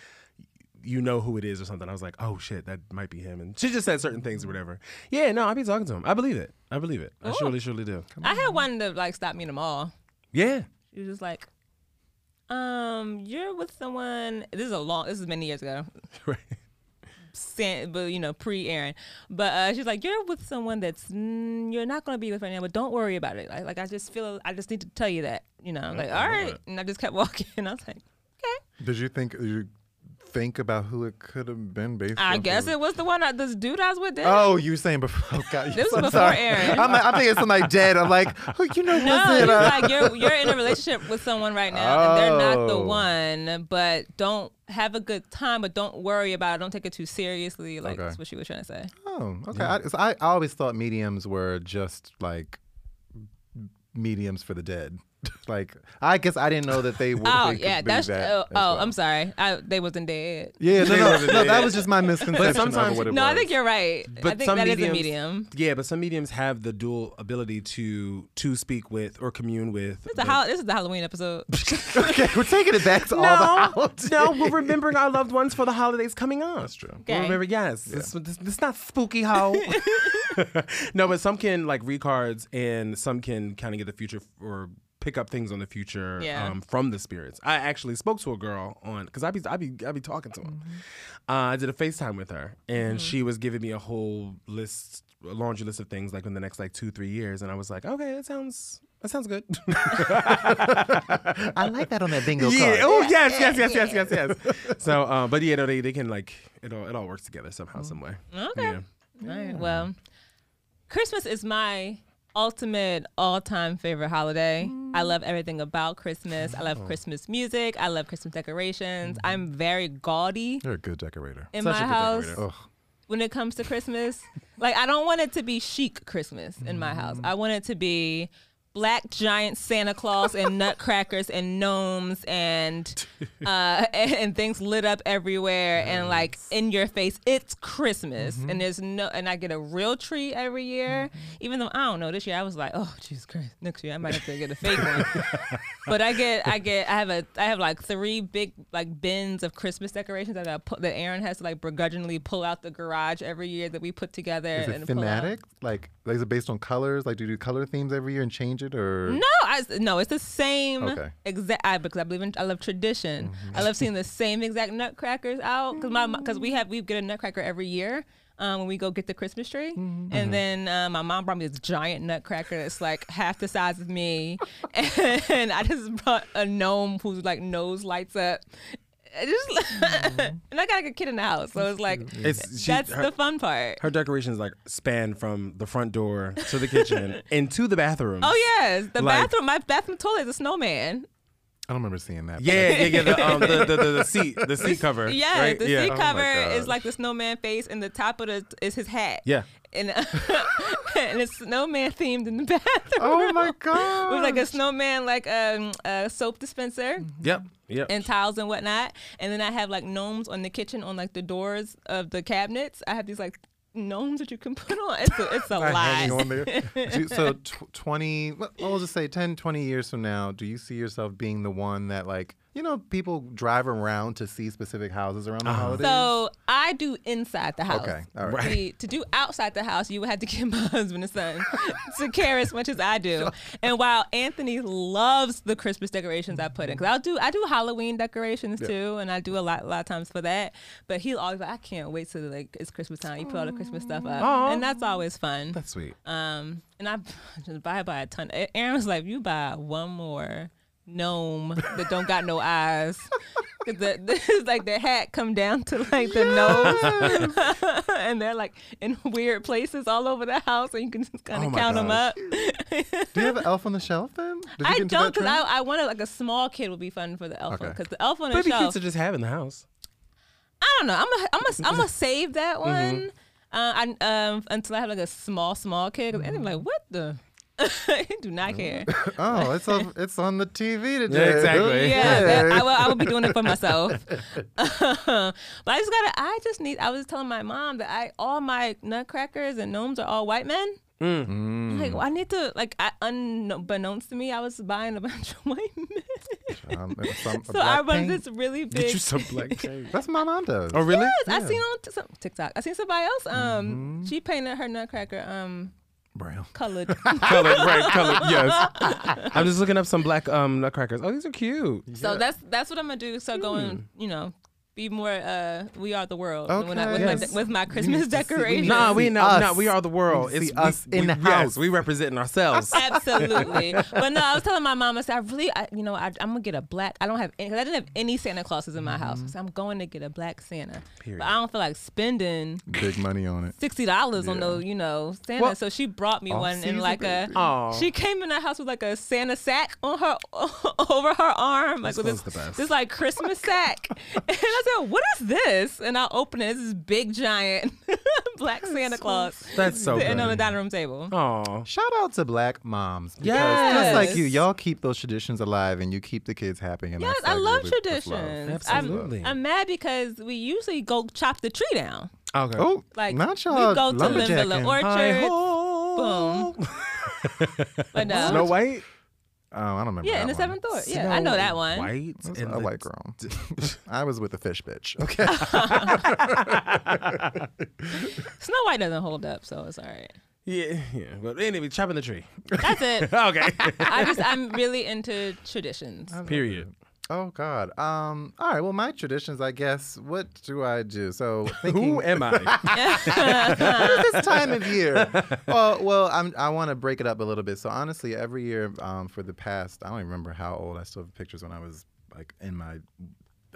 you know who it is or something. I was like, oh shit, that might be him. And she just said certain things or whatever. Yeah, no, I be talking to him. I believe it. I believe it. Oh. I surely, surely do.
I had one that like stopped me in the mall.
Yeah. *laughs*
She was just like, um, you're with someone. This is a long. This is many years ago.
Right.
San, but you know, pre Aaron. But uh, she's like, you're with someone that's mm, you're not gonna be with right now. But don't worry about it. Like, like I just feel I just need to tell you that. You know, I'm like
Mm-hmm.
all right. And I just kept *laughs* walking. And I was like, okay.
Did you think did you think about who it could have been based?
I
off
guess
of-
it was the one that this dude I was with. Did.
Oh, you were saying before? *laughs* Oh God,
This was
I'm
before
sorry.
Aaron.
I'm, like, I'm thinking somebody dead. I'm like, who you know,
No,
was
it's
it? *laughs* Uh,
like you're you're in a relationship with someone right now, and they're not the
Oh.
one. But don't have a good time, but don't worry about it. Don't take it too seriously. Like
Okay.
that's what she was trying to say.
Oh, okay. I, so I, I always thought mediums were just like mediums for the dead. *laughs* like, I guess I didn't know that they were.
*laughs* Oh
they could
yeah,
be
that's
that
oh,
as
oh
well.
I'm sorry, I, they wasn't dead.
Yeah, no, no,
wasn't
no,
dead.
that was just my misconception of
sometimes-
what it
No,
was.
I think you're right. I think that is a medium.
Yeah, but some mediums have the dual ability to to speak with or commune with.
This is, the hol- this is the Halloween
*laughs*
episode.
*laughs* okay, we're taking it back to all *laughs* the
no,
holidays.
no, we're remembering our loved ones for the holidays coming up. That's
true.
Okay.
Remember, yes, this, this, this not spooky hoe. *laughs* no, but some can like read cards, and some can kind of get the future f- or pick up things on the future
Yeah.
um, from the spirits. I actually spoke to a girl on because I be I be I be talking to him.
Mm-hmm.
Uh, I did a FaceTime with her, and she was giving me a whole list, a laundry list of things like in the next like two three years, and I was like, okay, that sounds that sounds good.
I like that on that bingo
yeah.
card.
Oh yes, yes, yes, yes, yes, yes. so, uh, but yeah, no, they they can like it all it all works together somehow,
Mm-hmm.
some way.
Okay.
Yeah.
All right. Well, Christmas is my ultimate all-time favorite holiday. I love everything about Christmas. I
Oh.
love Christmas music. I love Christmas decorations. I'm very gaudy
You're a good decorator.
in
Mm-hmm. Such
my
a good
house
decorator. Oh.
Ugh.
when it comes to Christmas. like I don't want it to be chic Christmas in
Mm-hmm.
my house. I want it to be black giant Santa Claus
*laughs*
and nutcrackers and gnomes and uh, *laughs* and things lit up everywhere and like in your face. It's Christmas
Mm-hmm.
and there's no and I get a real tree every year. Even though I don't know this year I was like, oh Jesus Christ, next year I might have to get a fake
*laughs*
one. but I get I get I have a I have like three big like bins of Christmas decorations that I pu- that Aaron has to like begrudgingly pull out the garage every year that we put together
Is it
and pull out.
thematic? Like, like, is it based on colors? Like, do you do color themes every year and change it, or
No, I s- no, it's the same
Okay.
exact. I, because I believe in, I love tradition.
Mm-hmm.
I love seeing the same exact nutcrackers out because my because we have we get a nutcracker every year. Um, when we go get the Christmas tree,
Mm-hmm.
and then uh, my mom brought me this giant nutcracker that's like half the size of me, *laughs* and I just brought a gnome whose like nose lights up. It just, *laughs* and I got like a kid in the house, so it's like
Mm-hmm. It's she,
that's
her,
the fun part.
her decorations like span from the front door to
*laughs*
the kitchen and to the bathroom.
Oh yes, the
Like-
bathroom, my bathroom toilet is a snowman.
I don't remember seeing that. but
Yeah, yeah, yeah. The, um, the, the, the,
*laughs*
the seat, the seat cover.
Yeah,
right?
the
yeah. Oh
seat
my
cover
gosh.
is like the snowman face, and the top of the is his hat.
Yeah.
and *laughs* and it's snowman themed in the *laughs* bathroom.
*laughs* Oh
*laughs*
my
With
god!
like a snowman, like um, a soap dispenser
Yep. Yep.
and towels and whatnot, and then I have like gnomes on the kitchen on like the doors of the cabinets. I have these like gnomes that you can put on. It's a, it's a
hanging
lot. *laughs*
on there. Do you- so tw- 20, well, I'll just say 10, 20 years from now, do you see yourself being the one that like, you know, people drive around to see specific houses around the holidays?
So I do inside the house.
Okay, all right.
See, to do outside the house, you would have to get *laughs* my husband and son to care as much as I do. And while Anthony loves the Christmas decorations I put in, because I do I do Halloween decorations too, and I do a lot a lot of times for that. But he'll always like, I can't wait till like it's Christmas time. You put all the Christmas stuff up, and that's always fun.
That's sweet.
Um, and I *laughs* just buy buy a ton. A- Aaron was like, "You buy one more gnome that don't got
*laughs*
no eyes." 'Cause The, *laughs* the, like the hat come down to like the nose, *laughs* and they're like in *laughs* weird places all over the house, and you can just kind
Oh
of
my
count them
gosh.
up.
do you have an elf on the shelf then? Did you
I
get into
don't,
that
cause I,
trend?
I wanted like a small kid would be fun for the elf one,
Okay.
cause the elf on the
Baby
shelf.
kids are just having the house.
I don't know. I'm gonna
*laughs*
I'm I'm save
Mm-hmm.
that one. Uh, I, um, until I have like a small small kid, 'cause Anthony be like, "What the." *laughs* do
Mm-hmm.
not care.
Oh, it's
*laughs*
on, it's on the TV today.
Yeah, exactly.
*laughs*
Yeah, that- I will. I will be doing it for myself. *laughs* but I just gotta. I just need. I was telling my mom that I all my nutcrackers and gnomes are all white men.
Mm.
I'm Like well, I need to like I, unbeknownst to me, I was buying a bunch of white men. *laughs*
Um, it was some-
so I run
Blackpink.
this really big.
Get you some
*laughs*
black shade.
That's what my mom does.
Oh, really?
I seen on t- some- TikTok. I seen somebody else. Um,
Mm-hmm.
she painted her nutcracker um
Brown. *laughs*
colored.
Colored, right? Colored,
*laughs*
yes. I'm just looking up some black um nutcrackers. Oh, these are cute.
So that's that's what I'm gonna do. So going,
Hmm.
you know, be more. Uh, we are the world. When I- with,
Okay.
my,
Yes.
de- with my
need to
Christmas
see- we need to
decorations.
Nah,
see
we no,
us.
nah, we are the world.
You see
we-
us in
we-
the
Yes,
house.
we
*laughs*
representing ourselves.
Absolutely. but no, I was telling my mom, I said, I really, I, you know, I, I'm going to get a black, I don't have any, 'cause I didn't have any Santa Clauses in my house. So I'm going to get a black Santa.
Period.
But I don't feel like spending
Big money on it.
$60 on
Yeah.
those, you know, Santa.
Well,
so she brought me
all
one in
season,
like a,
Aw.
she came in the house with like a Santa sack on her, *laughs* over her arm. Like
This
with
one's
this,
the best.
this like Christmas sack. *laughs* And I said, what is this? And I opened it. It's this big giant *laughs* black Santa Claus
That's so
sitting on the
good.
dining room table.
Aw.
Shout out to black moms. because Just
Yes.
like you, y'all keep those traditions alive and you keep the kids happy. And
Yes,
that's
I
like
love
really- that's love.
traditions.
Absolutely.
I'm, I'm mad because we usually go chop the tree down.
Okay.
Oh,
Like
not y'all.
we go to the Villa
lumberjacking.
Orchard.
Hi-ho.
But no.
*laughs* Snow White.
Oh, I don't remember.
yeah,
that
in the
one.
seventh door. Yeah, I know
Snow
that one.
White.
That's
and
a
the-
white girl. *laughs* I was with the fish bitch. Okay.
Snow White doesn't hold up, so it's all right.
Yeah, yeah. But anyway, chopping the tree.
That's it.
Okay.
*laughs* I just I'm really into traditions.
Period.
*laughs* oh God. Um. All right. Well, my traditions. I guess. What do I do? So thinking, *laughs*
Who am I?
It's this time of year. *laughs* Well, well, I'm, I want to break it up a little bit. So honestly, every year um, for the past, I don't even remember how old. I still have pictures when I was like in my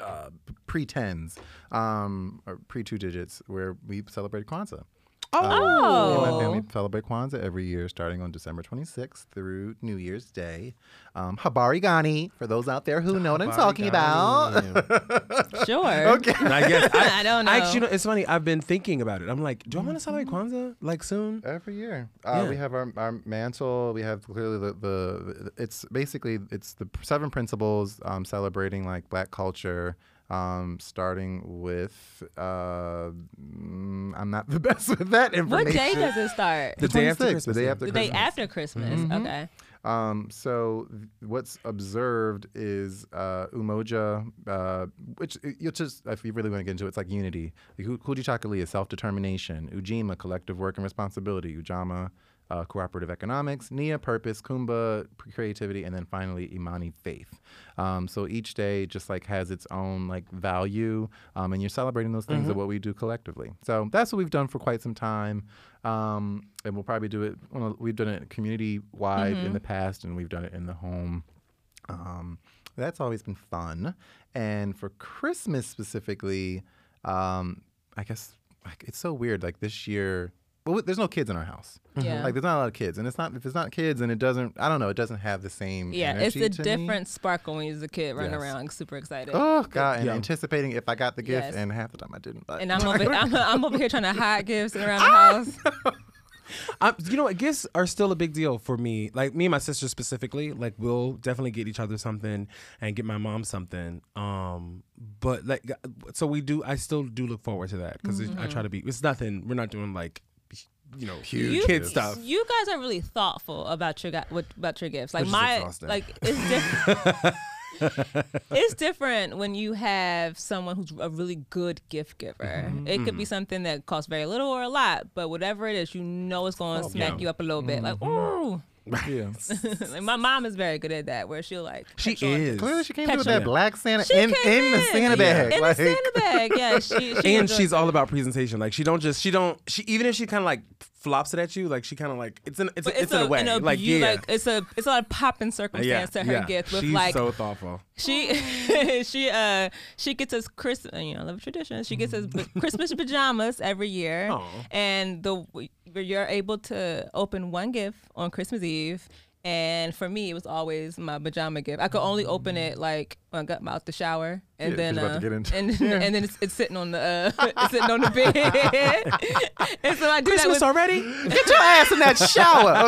uh, pre tens um, or pre two digits, where we celebrate Kwanzaa.
Oh.
Me and my family
Oh,
celebrate Kwanzaa every year, starting on December 26th through New Year's Day. Um, Habari Gani, for those out there who know what I'm talking about. *laughs*
sure.
okay.
I guess I,
*laughs* I don't know.
I actually, you know, it's funny. I've been thinking about it. I'm like, do I want to celebrate Kwanzaa like soon?
Every year, uh,
Yeah.
we have our, our mantle. We have clearly the, the it's basically it's the seven principles um, celebrating like Black culture, um, starting with uh, mm, I'm not the *laughs* best with that
What
information.
day does it start?
The day after
26th, the
Christmas.
day
yeah.
after
The day
Christmas. Mm-hmm.
after Christmas. Okay.
Um, so th- what's observed is uh, umoja, uh, which y- you'll just if you really want to get into it, it's like unity. Ku- Kujichakali is self-determination. Ujima, collective work and responsibility. Ujama, uh, cooperative economics. Nia, purpose. Kumba, p- creativity, and then finally Imani, faith. Um, so each day just like has its own like value, um, and you're celebrating those things of what we do collectively. So that's what we've done for quite some time, um, and we'll probably do it. On a, we've done it community wide in the past, and we've done it in the home. Um, that's always been fun. And for Christmas specifically, um, I guess like, it's so weird. Like this year, well, there's no kids in our house.
Yeah.
Like there's not a lot of kids, and it's not if it's not kids, and it doesn't. I don't know. It doesn't have the same.
Yeah, it's
energy
a
to me.
different sparkle when you was a kid running
Yes.
around, super excited.
Oh God! And
Yeah.
anticipating if I got the gift,
Yes.
and half the time I didn't. But
And I'm
*laughs*
over, I'm, I'm over here trying to hide gifts around the
Ah!
house.
Um, you know, what, gifts are still a big deal for me. Like me and my sister specifically, like we'll definitely get each other something and get my mom something. Um, but like, uh, so we do. I still do look forward to that because I
Mm-hmm.
try to be. It's nothing. We're not doing like, you know, huge
you,
kid stuff.
You guys are really thoughtful about your gu- what, about your gifts. Like
is
my
exhausting.
like it's different.
*laughs*
it's different when you have someone who's a really good gift giver.
Mm-hmm.
It could be something that costs very little or a lot, but whatever it is, you know it's going to smack
Oh, yeah. Mm-hmm.
you up a little bit. Like
*laughs*
ooh,
yeah.
*laughs* like my mom is very good at that. Where she'll like
she
catch on-
is.
Clearly, she came through with
Yeah.
that black Santa
She
in,
came
in the Santa bag.
in
like,
the
*laughs*
Santa bag. Yeah, she, she
*laughs* and
enjoys
she's
it.
all about presentation. Like she don't just she don't she even if she kind of like flops it at you, like she kind of like it's an it's,
But
a, it's, in a way
an
like
abu-
yeah.
like, it's a it's a lot of pop and circumstance to her gift with
She's
like
so thoughtful.
she *laughs* she uh she gets us Christmas you know I love traditions she gets us b-
Mm.
Christmas pajamas every year
Aw.
and the w- you're able to open one gift on Christmas Eve and for me it was always my pajama gift I could only open it like when I got out the shower, and
Mm. Yeah,
then
she's about to
uh,
get into-
and
*laughs*
and then it's, it's sitting on the uh, *laughs* it's sitting on the
*laughs*
bed, *laughs* and so I do that
Christmas
with
already?
Get your ass in
*laughs*
that shower,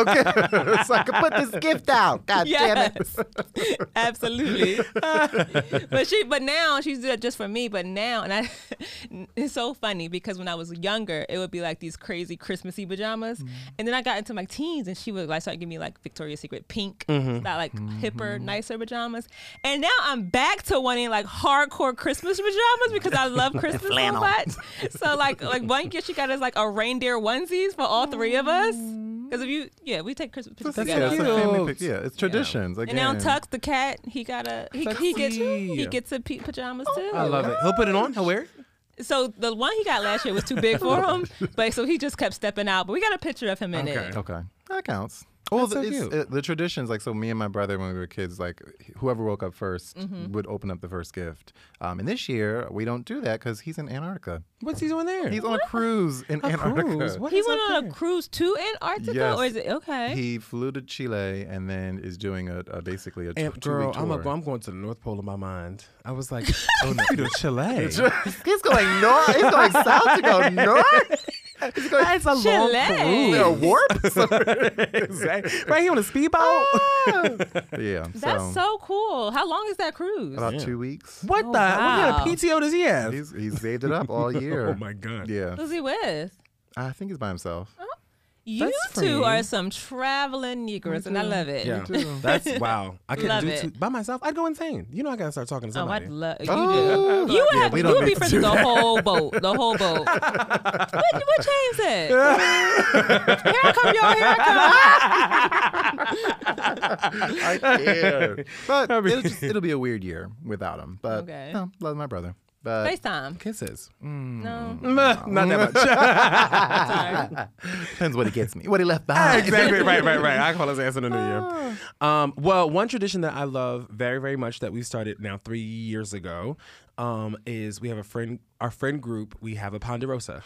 *laughs*
okay? so I can put this gift out. God damn it.
yes, absolutely. *laughs* but she, but now she's doing it just for me. But now, and I, *laughs* it's so funny because when I was younger, it would be like these crazy Christmassy pajamas, and then I got into my teens, and she would like start giving me like Victoria's Secret pink,
Mm-hmm.
not like hipper, nicer pajamas. And now I'm back to wanting like hardcore Christmas pajamas because I
*laughs*
love Christmas so
flannel.
much. So like, like one gift she got us like a reindeer onesies for all three of us. Because if you, yeah, we take Christmas pictures
yeah,
together.
it's a family
Cute.
pic. Yeah, it's traditions.
And
Again.
now Tux the cat, he got a he, he gets he
Sexy.
gets a pe- pajamas too.
I love it. He'll put it on. He'll wear it.
So the one he got last year was too big
*laughs*
for him, but so he just kept stepping out. But we got a picture of him in it.
Okay, that counts. Well,
That's so
the, it's,
cute.
uh, the traditions like so. Me and my brother, when we were kids, like whoever woke up 1st
Mm-hmm.
would open up the first gift. Um, and this year we don't do that because he's in Antarctica.
What's he doing there?
He's on a cruise in
a
Antarctica.
cruise. What
He
is
went
up
on a
there?
cruise to Antarctica,
Yes.
or is it okay?
He flew to Chile and then is doing a, a basically a
And
two
girl,
week
I'm,
tour.
a, I'm going to the North Pole in my mind. I was *laughs* like, oh no, to Chile.
*laughs* he's going north. He's going south to go
*laughs*
north. He's going
That's a
Chile.
*laughs*
a warp. *laughs*
Right here on a speedboat.
Oh,
yeah.
That's so, cool. How long is that cruise?
about two weeks.
What the?
wow.
What kind of PTO does he have?
He's he's saved it up all
*laughs*
year.
Oh my god.
Yeah.
Who's he with?
I think he's by himself.
You
That's
two
free.
are some traveling Negroes, and I love it.
Yeah,
*laughs*
that's wow. I couldn't
Love
do
it.
two by myself. I'd go insane. You know, I gotta start talking to
Oh, I'd
somebody.
love you.
Oh,
do. You would
yeah,
have,
we
you
don't
would be
need to
friends
do
with the whole boat, the whole
*laughs*
boat. what, what James said? here I come, y'all. Here I
I care. *laughs* But
I mean-
it'll, just, it'll be a weird year without him. But
Okay.
no, love my brother.
come.
But Hmm.
Facetime.
Kisses. Mm.
No,
Nah, *laughs* Not that much.
*laughs*
sorry.
depends what he gets me, what he left behind.
exactly. Right, right,
*laughs*
right. I call his ass in the new year.
Ah.
Um, well, one tradition that I love very, very much that we started now three years ago um, is we have a friend, our friend group, we have a Ponderosa.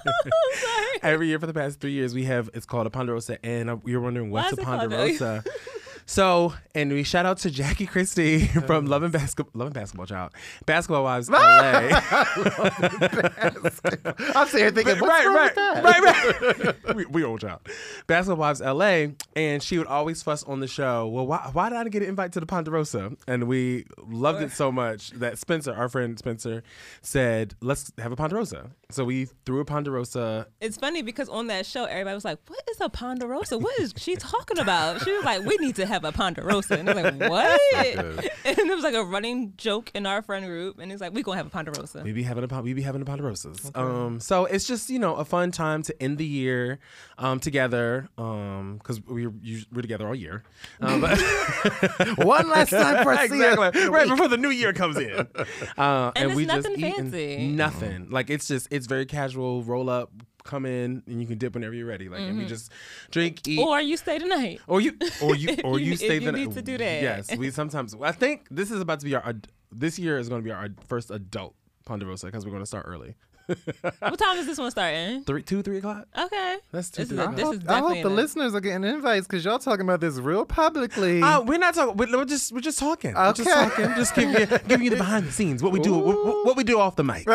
*laughs*
Every year for the past three years, we have, it's called a Ponderosa. And uh, you're wondering, what's
is
a
it called that? *laughs*
Ponderosa? So, and we shout out to Jackie Christie *laughs* from Love and Basketball, Love and Basketball Child, Basketball Wives
*laughs*
*laughs* LA.
I'm sitting here thinking, what's wrong
right,
with that?
right, right,
*laughs*
we, we old out. Basketball Wives LA, and she would always fuss on the show. Well, why, why did I get an invite to the Ponderosa? And we loved it so much that Spencer, our friend Spencer, said, "Let's have a Ponderosa." So we threw a Ponderosa.
It's funny because on that show, everybody was like, "What is a ponderosa? What is she talking about?" She was like, "We need to have a ponderosa," and I was like, "What?" *laughs* And it was like a running joke in our friend group, and it's like, "We gonna have a ponderosa."
We be having a pon- we be having a Ponderosas. Um, so it's just you know a fun time to end the year um, together because we're us- we're together all year. Um, but *laughs*
One last time for us.
exactly. Right before the new year comes *laughs* in. Uh,
And it's
we
nothing
just eat and-
fancy.
nothing. Like it's just it's very casual. Roll up, come in, and you can dip whenever you're ready. Like and we just drink, eat.
Mm-hmm. Or you stay tonight.
Or you,
*laughs*
or you, or
You-
you,
if
stay
you
the
need to do that.
Yes, we sometimes. I think this is about to be our. ad- This year is going to be our ad- first adult Ponderosa because we're going to start early.
What time is this one starting?
Three, two, three o'clock.
Okay.
That's too
this is,
dark.
a, this is
I
definitely
hope the
an-
listeners are getting invites because y'all talking about this real publicly.
Uh, we're not talking. We're, we're just we're just talking. We're just
Okay.
talking. Just giving you, giving you the behind the scenes. What we do. What, what we do off the mic.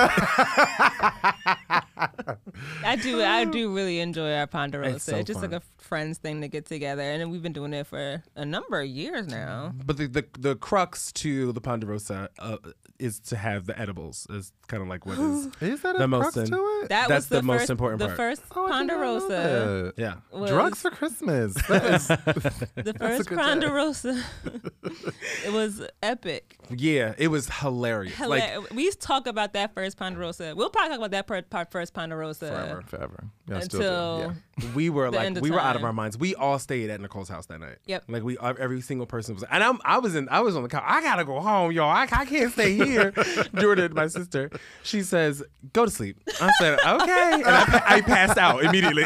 I do. I do
*laughs*
really enjoy our Ponderosa. It's,
It's so
just
fun.
like a friends thing to get together, and then we've been doing it for a number of years now.
But the, the the crux to the ponderosa uh, is to have the edibles. Is kind of like what
*gasps*
is
Is that
The
a
most
crux to
in-
it?
That
That's
was the,
the most
first,
important
The
part.
first
Oh, I did not know
Ponderosa.
that.
yeah.
was-
Drugs
*laughs*
for Christmas. That is
The first
good time.
Ponderosa. it was epic.
Yeah, it was hilarious.
Hilar-
Like
we used to talk about that first Ponderosa. We'll probably talk about that per, per, first Ponderosa
Forever.
forever. Y'all still do.
until.
Yeah.
*laughs*
we were like
end of
we were out of
time.
our minds. We all stayed at Nicole's house that night.
Yep.
Like we every single person was. And I'm I was in I was on the couch. I gotta go home, y'all. I, I can't
*laughs*
stay here. Jordan, my sister, she says go to sleep. I said okay, and I, I passed out immediately. *laughs*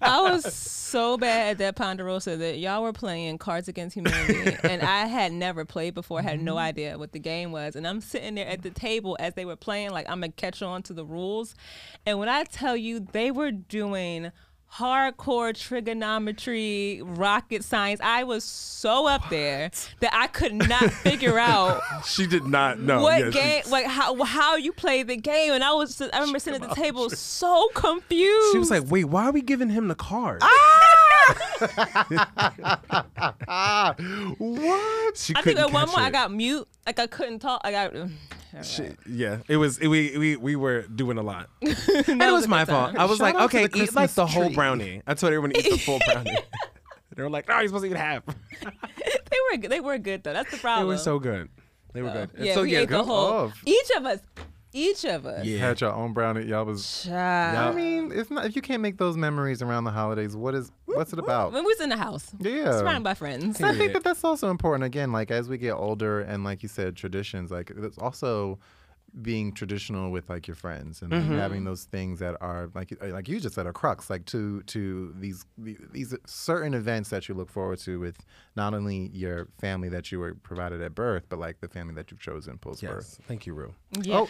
I was so bad at that Ponderosa that y'all were playing Cards Against Humanity, and I had never played before, had
Mm-hmm.
no idea what the game was. And I'm sitting there at the table as they were playing, like I'm gonna catch on to the rules. And when I tell you, they were doing hardcore trigonometry, rocket science. I was so up there that I could
*laughs*
not figure out
She did not know.
what
Yes, she-
game, like how how you play the game. And I was, I remember sitting at the table so confused.
She was like, wait, why are we giving him the card?
Ah!
*laughs*
What?
She
I think
couldn't
at one
catch
point I
it.
got mute, like I couldn't talk. I got.
She- yeah, it was it, we we we were doing a lot. and it was my fault. I was like,
Shout out to
okay,
the
eat like
Christmas
the whole
tree.
brownie. I told everyone to eat
*laughs*
the full brownie. they were like, no, you're supposed to eat half.
They were good- they were good though. That's the
They
problem.
were so good. They were good. And
Uh, Yeah,
so
we
yeah,
ate
go
the whole.
off.
Each of us, each of us.
Yeah.
Had your own brownie. Y'all was. I
Child.
mean, it's not if you can't make those memories around the holidays. What is? What's it about?
When we was in the house,
Yeah.
surrounded by friends.
I think that that's also important. Again, like as we get older, and like you said, traditions. Like it's also being traditional with like your friends and like,
Mm-hmm.
having those things that are like uh, like you just said are crux like to to these these certain events that you look forward to with not only your family that you were provided at birth but like the family that you've chosen post birth
Yes. Thank you, Rue.
Yeah.
Oh.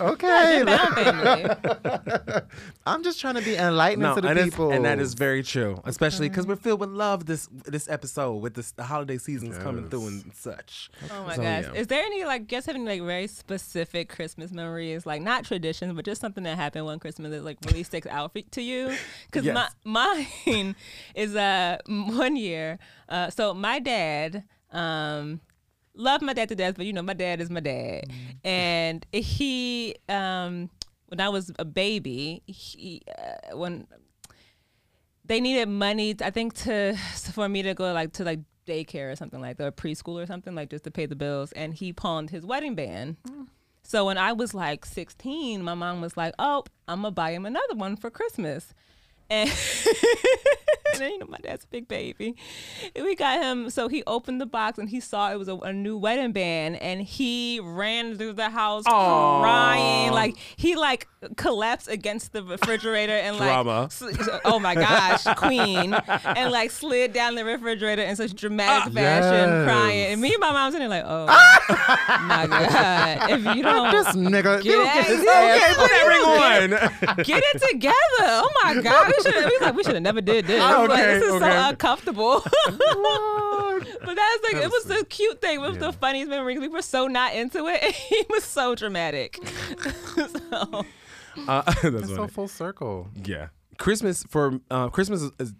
okay
Found family.
i'm just trying to be enlightening to the
and, it's-
people
and that is very true, especially
Uh-huh.
because we're filled with love this this episode with this the holiday seasons coming through and such.
Oh my
So,
gosh.
yeah.
Is there any like guess having like very specific Christmas memories? Like not traditions, but just something that happened one Christmas that like really sticks out for, to you? Because
Yes.
my mine *laughs* is uh m- one year. Uh, so my dad um love my dad to death, but you know my dad is my dad,
Mm.
and he um when I was a baby he uh, when they needed money i think to *sighs* for me to go like to like daycare or something like that or preschool or something like just to pay the bills and he pawned his wedding band so when i was like 16 my mom was like oh i'm gonna buy him another one for christmas and *laughs* and then, you know my dad's a big baby And we got him so he opened the box and he saw it was a, a new wedding band and he ran through the house crying like he like collapsed against the refrigerator and like
Drama.
s- oh my gosh, Queen, and like slid down the refrigerator in such dramatic fashion,
Yes.
crying. And me and my mom's in there like,
*laughs*
oh my god, if you don't
this nigga you don't get
it,
his
you don't
ass
get-
up.
you don't get it-
*laughs* Everyone,
Get it together! Oh my god, we should we like we should have never did this.
Ah, Okay,
Like, this is
okay.
so uncomfortable. *laughs* but that's like it was the cute thing. It was the funniest memory. 'cause We were so not into it, *laughs* and he was so dramatic. *laughs* so,
uh, that's
it's so
funny.
full circle
Yeah, Christmas for uh, Christmas is, is,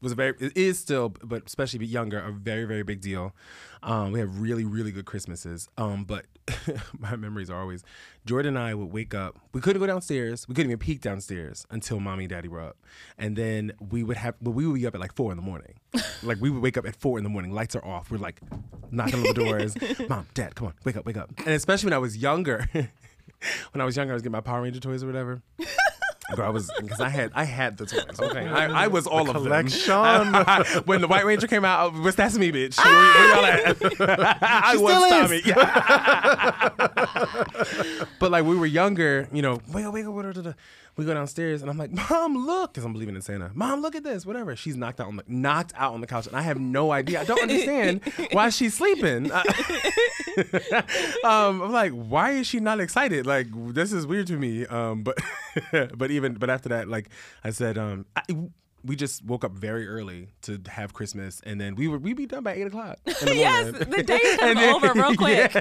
was a very it is still, but especially be younger, a very very big deal. Um, we have really really good Christmases. Um, but *laughs* my memories are always Jordan and I would wake up. We couldn't go downstairs. We couldn't even peek downstairs until mommy and daddy were up, and then we would have. But we would be up at like four in the morning. like we would wake up at four in the morning. Lights are off. We're like knocking on the doors. Mom, dad, come on, wake up, wake up. And especially when I was younger. *laughs* When I was younger, I was getting my Power Ranger toys or whatever. Girl, I was because I had I had the toys. Okay, I, I was all of *laughs*
collection. *laughs*
them. when the White Ranger came out, I was that's me, bitch. Where- where y'all at? *laughs* I
She
was
still
Tommy.
is.
Yeah. *laughs* but like we were younger, you know. Wake up, wake up, wake up, da, da. We go downstairs and I'm like, Mom, look, because I'm believing in Santa. Mom, look at this, whatever. She's knocked out on the knocked out on the couch, and I have no idea. I don't understand why she's sleeping. um, I'm like, why is she not excited? Like, this is weird to me. Um, but *laughs* but even but after that, like I said, um, I, we just woke up very early to have Christmas, and then we would we'd be done by eight o'clock. in the
yes,
morning.
the
*laughs*
day's kind of
And then-
over real quick.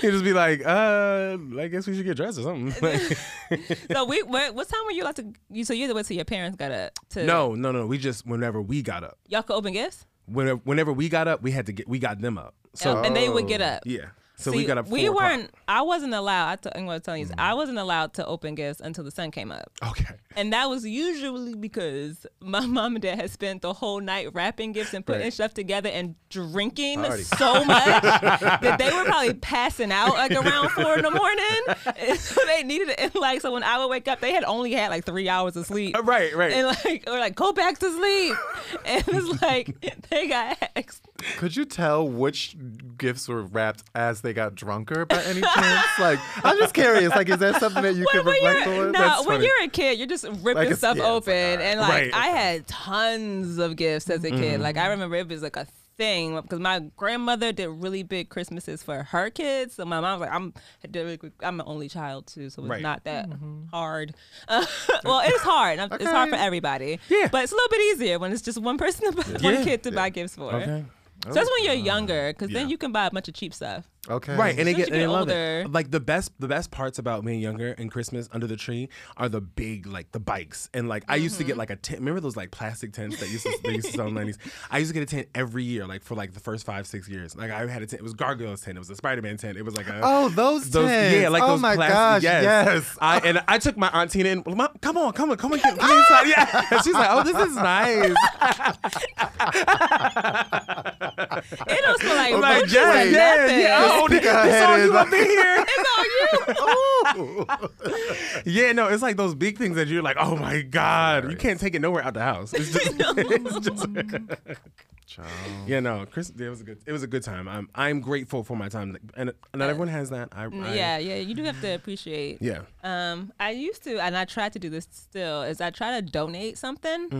He'd just be like, uh, I guess we should get dressed or something. *laughs*
*laughs*
Like,
So we what, what time were you allowed to? You so you had to wait till your parents got up to
no, no, no. We just whenever we got up,
y'all could open gifts.
whenever whenever we got up, we had to get we got them up. So
and they would get up.
yeah, so we
See,
got up.
We
four o'clock.
weren't. I wasn't allowed. I t- I'm going to tell you. this.
Mm-hmm.
I wasn't allowed to open gifts until the sun came up,
okay. *laughs*
and that was usually because my *laughs* mom and dad had spent the whole night wrapping gifts and putting
Right.
stuff together and drinking
Party.
so
*laughs*
much that they were probably passing out like around four in the morning. *laughs* And so they needed it. And like so, when I would wake up, they had only had like three hours of sleep.
Uh, Right, right.
And like, or like, go back to sleep. And
*laughs*
it's like, they got *laughs* ex-
Could you tell which gifts were wrapped as they got drunker by any chance?
*laughs*
like, I'm just curious. Like, is that something that you
Well,
can
when
reflect
you're,
on?
no,
That's
when
funny.
you're a kid, you're just ripping
it's-
stuff
yeah, it's like,
open, and like
Right. Mm-hmm.
I had tons of gifts as a kid. Like I remember it was like a thing because my grandmother did really big Christmases for her kids. So my mom was like, I'm I did really quick- I'm an only child too, so it's
Right. Mm-hmm.
not that hard. *laughs* Uh, well, it's hard. and It's hard for everybody.
Yeah.
but it's a little bit easier when it's just one person, *laughs* to buy,
Yeah.
one kid to buy gifts for.
Okay. Oh,
So that's when you're younger, because then
Yeah.
you can buy a bunch of cheap stuff.
Okay.
Right, and they
As soon as
get,
you
and they
get
love
older-
it. Like the best, the best parts about being younger and Christmas under the tree are the big, like the bikes. And like I used to get like a tent. Remember those like plastic tents that used to they used to sell in the nineties? I used to get a tent every year, like for like the first five, six years. Like I had a tent. It was Gargoyle's tent. It was a Spider Man tent. It was like a
Oh, those tents.
yeah, like
Oh
those
my
plastic-
gosh,
Yes.
yes.
I and I took my aunt Tina and Mom, come on, come on, come on, get,
*laughs*
come inside. Yeah, *laughs* she's like, oh, this is nice.
It don't smell
*laughs*
like,
I'm like,
roaches
yeah,
or
yeah,
nothing.
yeah. Oh, this
Speaker
this all
head
you
is-
up in here.
It's on you. *laughs*
*laughs* Yeah, no, it's like those big things that you're like, oh my god, you can't take it nowhere out the house. It's
*laughs*
just, it's just yeah, no, Chris, it was a good, it was a good time. I'm, I'm grateful for my time, and not everyone has that. I, I
yeah, yeah, you do have to appreciate.
yeah.
Um, I used to, and I try to do this still, is I try to donate something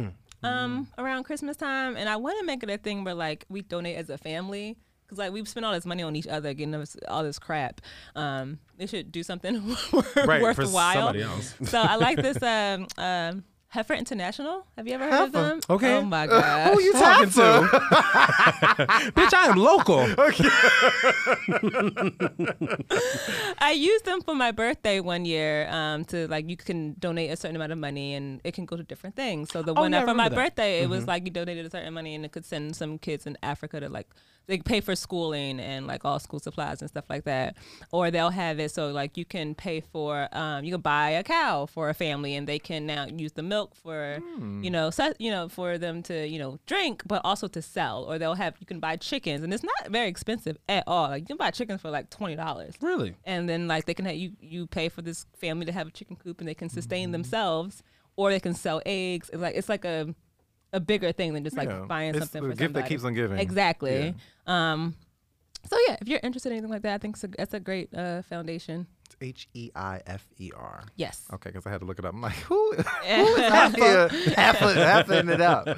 Mm.
um, around Christmas time, and I want to make it a thing where like we donate as a family. Cause like we've spent all this money on each other, getting us all this crap. Um, they should do something *laughs*
Right,
worthwhile.
for somebody else.
*laughs* so I like
*laughs*
this um, um, Heifer International. Have you ever heard of them?
Okay.
Oh my
*laughs*
gosh.
Who you talking to?
Bitch, I
*laughs*
am local.
*laughs* I used them for my birthday one year um, to like you can donate a certain amount of money and it can go to different things. So the one
Oh, yeah, I
for my
remember that. Mm-hmm.
birthday, it was like you donated a certain money and it could send some kids in Africa to like they pay for schooling and like all school supplies and stuff like that. Or they'll have it so like you can pay for um, you can buy a cow for a family and they can now use the milk for
Hmm.
you know so, you know for them to you know drink but also to sell. Or they'll have you can buy chickens and it's not very expensive at all. Like you can buy chickens for like twenty dollars
Really?
and then like they can have you you pay for this family to have a chicken coop and they can sustain themselves or they can sell eggs it's like it's like a a bigger thing than just like
Yeah.
buying
It's
something
the
for
gift that
somebody.
keeps on giving.
exactly um so yeah if you're interested in anything like that i think it's a, that's a great uh foundation
H E I F E R.
yes
Okay, because I had to look it up. I'm like, who?
Yeah, half *laughs* of- half of it up.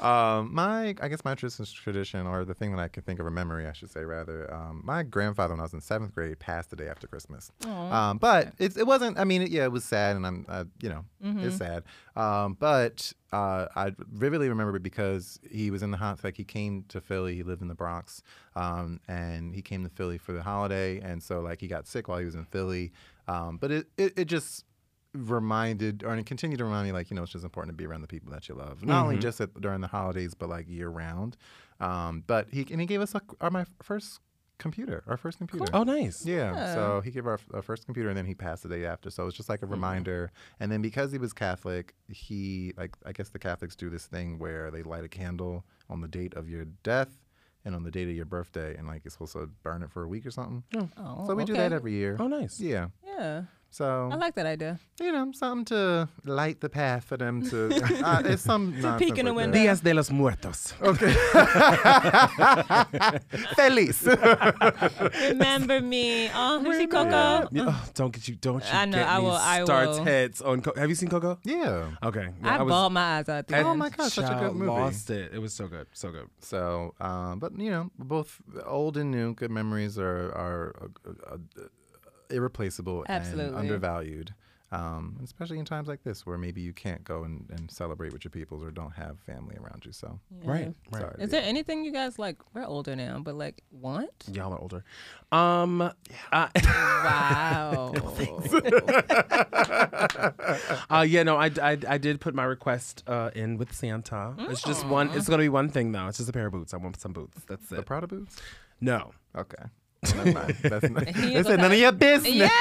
um, my, I guess my tradition, tradition, or the thing that I can think of a memory, I should say rather. Um, my grandfather, when I was in seventh grade, passed the day after Christmas. Um, but it, it wasn't. I mean, it, yeah, it was sad, and I'm, uh, you know, it's sad. Um, but uh, I vividly remember it because he was in the hot. Like he came to Philly. He lived in the Bronx, um, and he came to Philly for the holiday, and so like he got sick while he was in Philly. Um, but it, it, it just reminded or and continue to remind me like you know it's just important to be around the people that you love not
Mm-hmm.
only just at, during the holidays but like year round um but he and he gave us like our my first computer our first computer
Oh, nice.
yeah. So he gave our, our first computer, and then he passed the day after. So it was just like a
Mm-hmm.
reminder. And then because he was Catholic, he like I guess the Catholics do this thing where they light a candle on the date of your death and on the date of your birthday, and like you're supposed to burn it for a week or something.
oh,
so we do
okay.
that every year.
Oh, nice.
Yeah.
yeah
So
i like that idea
you know, something to light the path for them
*laughs*
to. uh, it's some to
peek in the window.
Dias de los Muertos.
Oh.
Feliz.
remember *laughs* me oh who's he coco
Yeah, oh, don't get you. Don't you
I know,
get
I
me
will- I
starts
will.
heads on. Co- Have you seen Coco?
yeah.
Okay.
i,
Yeah, was-
bawled Oh my eyes out
I
there.
my God, such a good
child
movie.
Lost it. It was so good. So good.
So, um, but you know, both old and new, good memories are are uh, uh, uh, irreplaceable and
Absolutely.
undervalued, um, especially in times like this where maybe you can't go and, and celebrate with your peoples or don't have family around you. So,
Right. Right.
sorry.
is there anything you guys like we're older now but like want
Y'all are older. Um, uh,
wow
*laughs* Uh, yeah, no, I, I, I did put my request uh, in with Santa. It's just one. It's gonna be one thing though. It's just a pair of boots. I want some boots. That's
the
it.
Prada boots?
No.
*laughs*
Okay, Never mind. That's not-
He
They
is
said
a-
none of your business.
*laughs* Yes,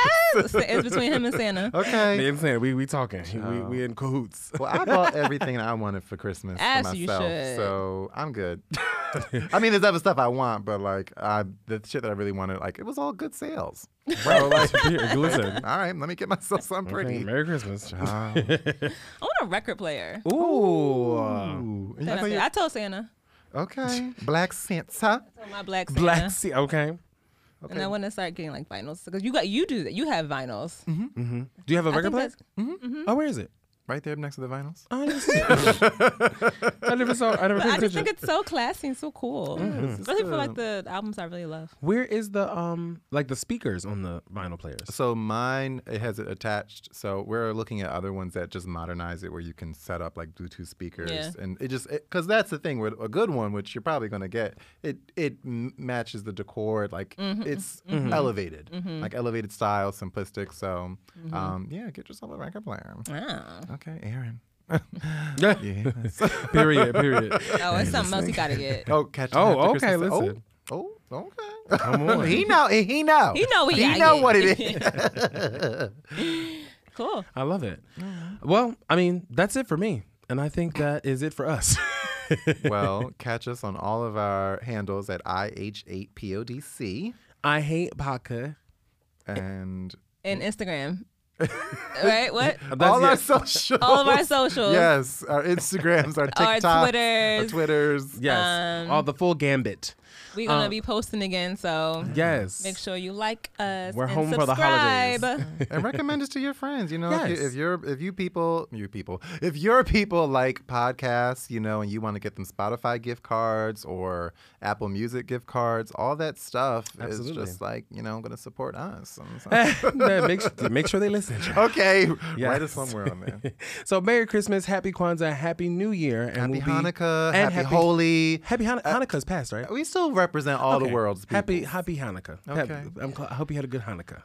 it's between him and Santa.
okay.
*laughs* Me and Santa, we we talking. We, we in cahoots. *laughs*
Well, I bought everything I wanted for Christmas
As
for
you
myself,
should.
so I'm good. *laughs* I mean, there's other stuff I want, but like I, the shit that I really wanted, like it was all
*laughs*
good sales.
Bro, like, here, listen.
All right, let me get myself something pretty.
Okay, Merry Christmas.
I want a record player.
Ooh.
Ooh.
Then I, said- I told Santa.
Okay. Black Santa.
I told my black Santa.
Black Sea. Okay.
And I want to start getting like vinyls because you got you do that. You have vinyls.
Do you have a
I
record
think
player?
that's-
Oh, where is it?
Right there next to the vinyls.
I I never saw. I never
But *laughs*
paid
I just
attention.
think it's so classy and so cool. Especially for like the albums I really love.
Where is the um like the speakers on the vinyl players?
So mine it has it attached. So we're looking at other ones that just modernize it, where you can set up like Bluetooth speakers,
Yeah.
and it just because that's the thing with a good one, which you're probably gonna get. It it m- matches the decor, like it's elevated, like elevated style, simplistic. So um, yeah, get yourself a record player.
Wow.
Okay, Aaron.
Yes. *laughs* period. Period.
Oh, it's something else you gotta get.
Oh, catch.
Oh,
after
okay,
Christmas. Oh,
listen.
Oh,
*laughs*
okay.
Come on.
He know. He know.
You know we
He
gotta
know
get.
what it is.
*laughs* Cool.
I love it. Well, I mean, that's it for me, and I think that is it for us.
*laughs* well, catch us on all of our handles at IH8PODC
I hate vodka.
and
And Instagram. right? What?
Uh,
all our
it.
*laughs* social.
*laughs* All of our socials.
Yes, our Instagrams, our
*laughs* Our
TikToks, our
Twitters.
Twitters.
Yes,
Um,
all the full gambit.
We're gonna
Um,
be posting again, so
Yes.
make sure you like us.
We're
and
home for the holidays.
subscribe.
and recommend us to your friends. You know,
Yes.
if, you, if you're if you people you people if your people like podcasts, you know, and you want to get them Spotify gift cards or Apple Music gift cards, all that stuff
Absolutely.
is just like you know going to support us.
*laughs* Yeah, make, su- make sure they listen.
okay, write
Yes.
us somewhere on there.
*laughs* So, Merry Christmas, Happy Kwanzaa, Happy New Year, and
Happy
we'll be-
Hanukkah, oh,
and
happy, Holy.
Happy Han- Hanukkah's past, right?
We still represent all the
Okay.
world's people.
Happy Happy Hanukkah. Happy-
Okay.
I'm cl- I hope you had a good Hanukkah.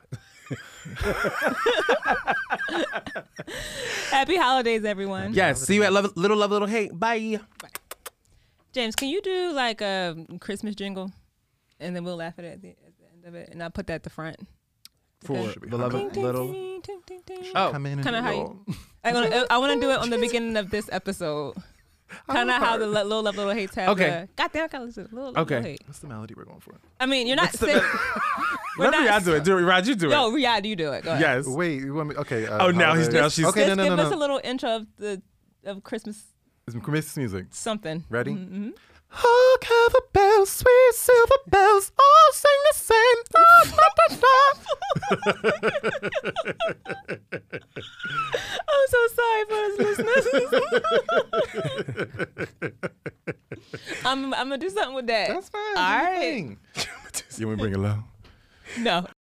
Happy holidays, everyone.
Yes. See you at love, Little Love Little Hate. Bye.
James, can you do like a Christmas jingle, and then we'll laugh at it at the, at the end of it, and I'll put that at the front.
For
Should be
the love
Hanukkah.
Ding, ding,
of little.
ding, ding, ding, ding.
Oh,
Come in and
kinda
do
how
it
you-
all.
I want to. I want to do it on the beginning of this
*laughs*
episode. Kind of how the li- little love, little hates have. The,
Okay.
Goddamn, I gotta listen. Little love,
Okay.
little hate.
What's the melody we're going for?
I mean, you're not. Sing- *laughs* we're
Let Riyadh
not. uh,
do it. Do it, Riyadh. You do
No,
it.
Riyadh, you do it. Go ahead.
Yes.
Wait, you want me? Okay. Uh,
Oh, now he's-
holidays.
now she's-
Okay, no,
Just
no,
give
no,
us a
no.
little intro of the of Christmas
It's Christmas music.
something.
Ready?
Mm-hmm.
Oh, cover bells, sweet silver bells, all sing the same. Da, da, da, da.
I'm so sorry for us
*laughs*
listeners. I'm I'm gonna do something with that.
*laughs* That's
All
fine. do your
right.
thing. you want me to bring it low?
No,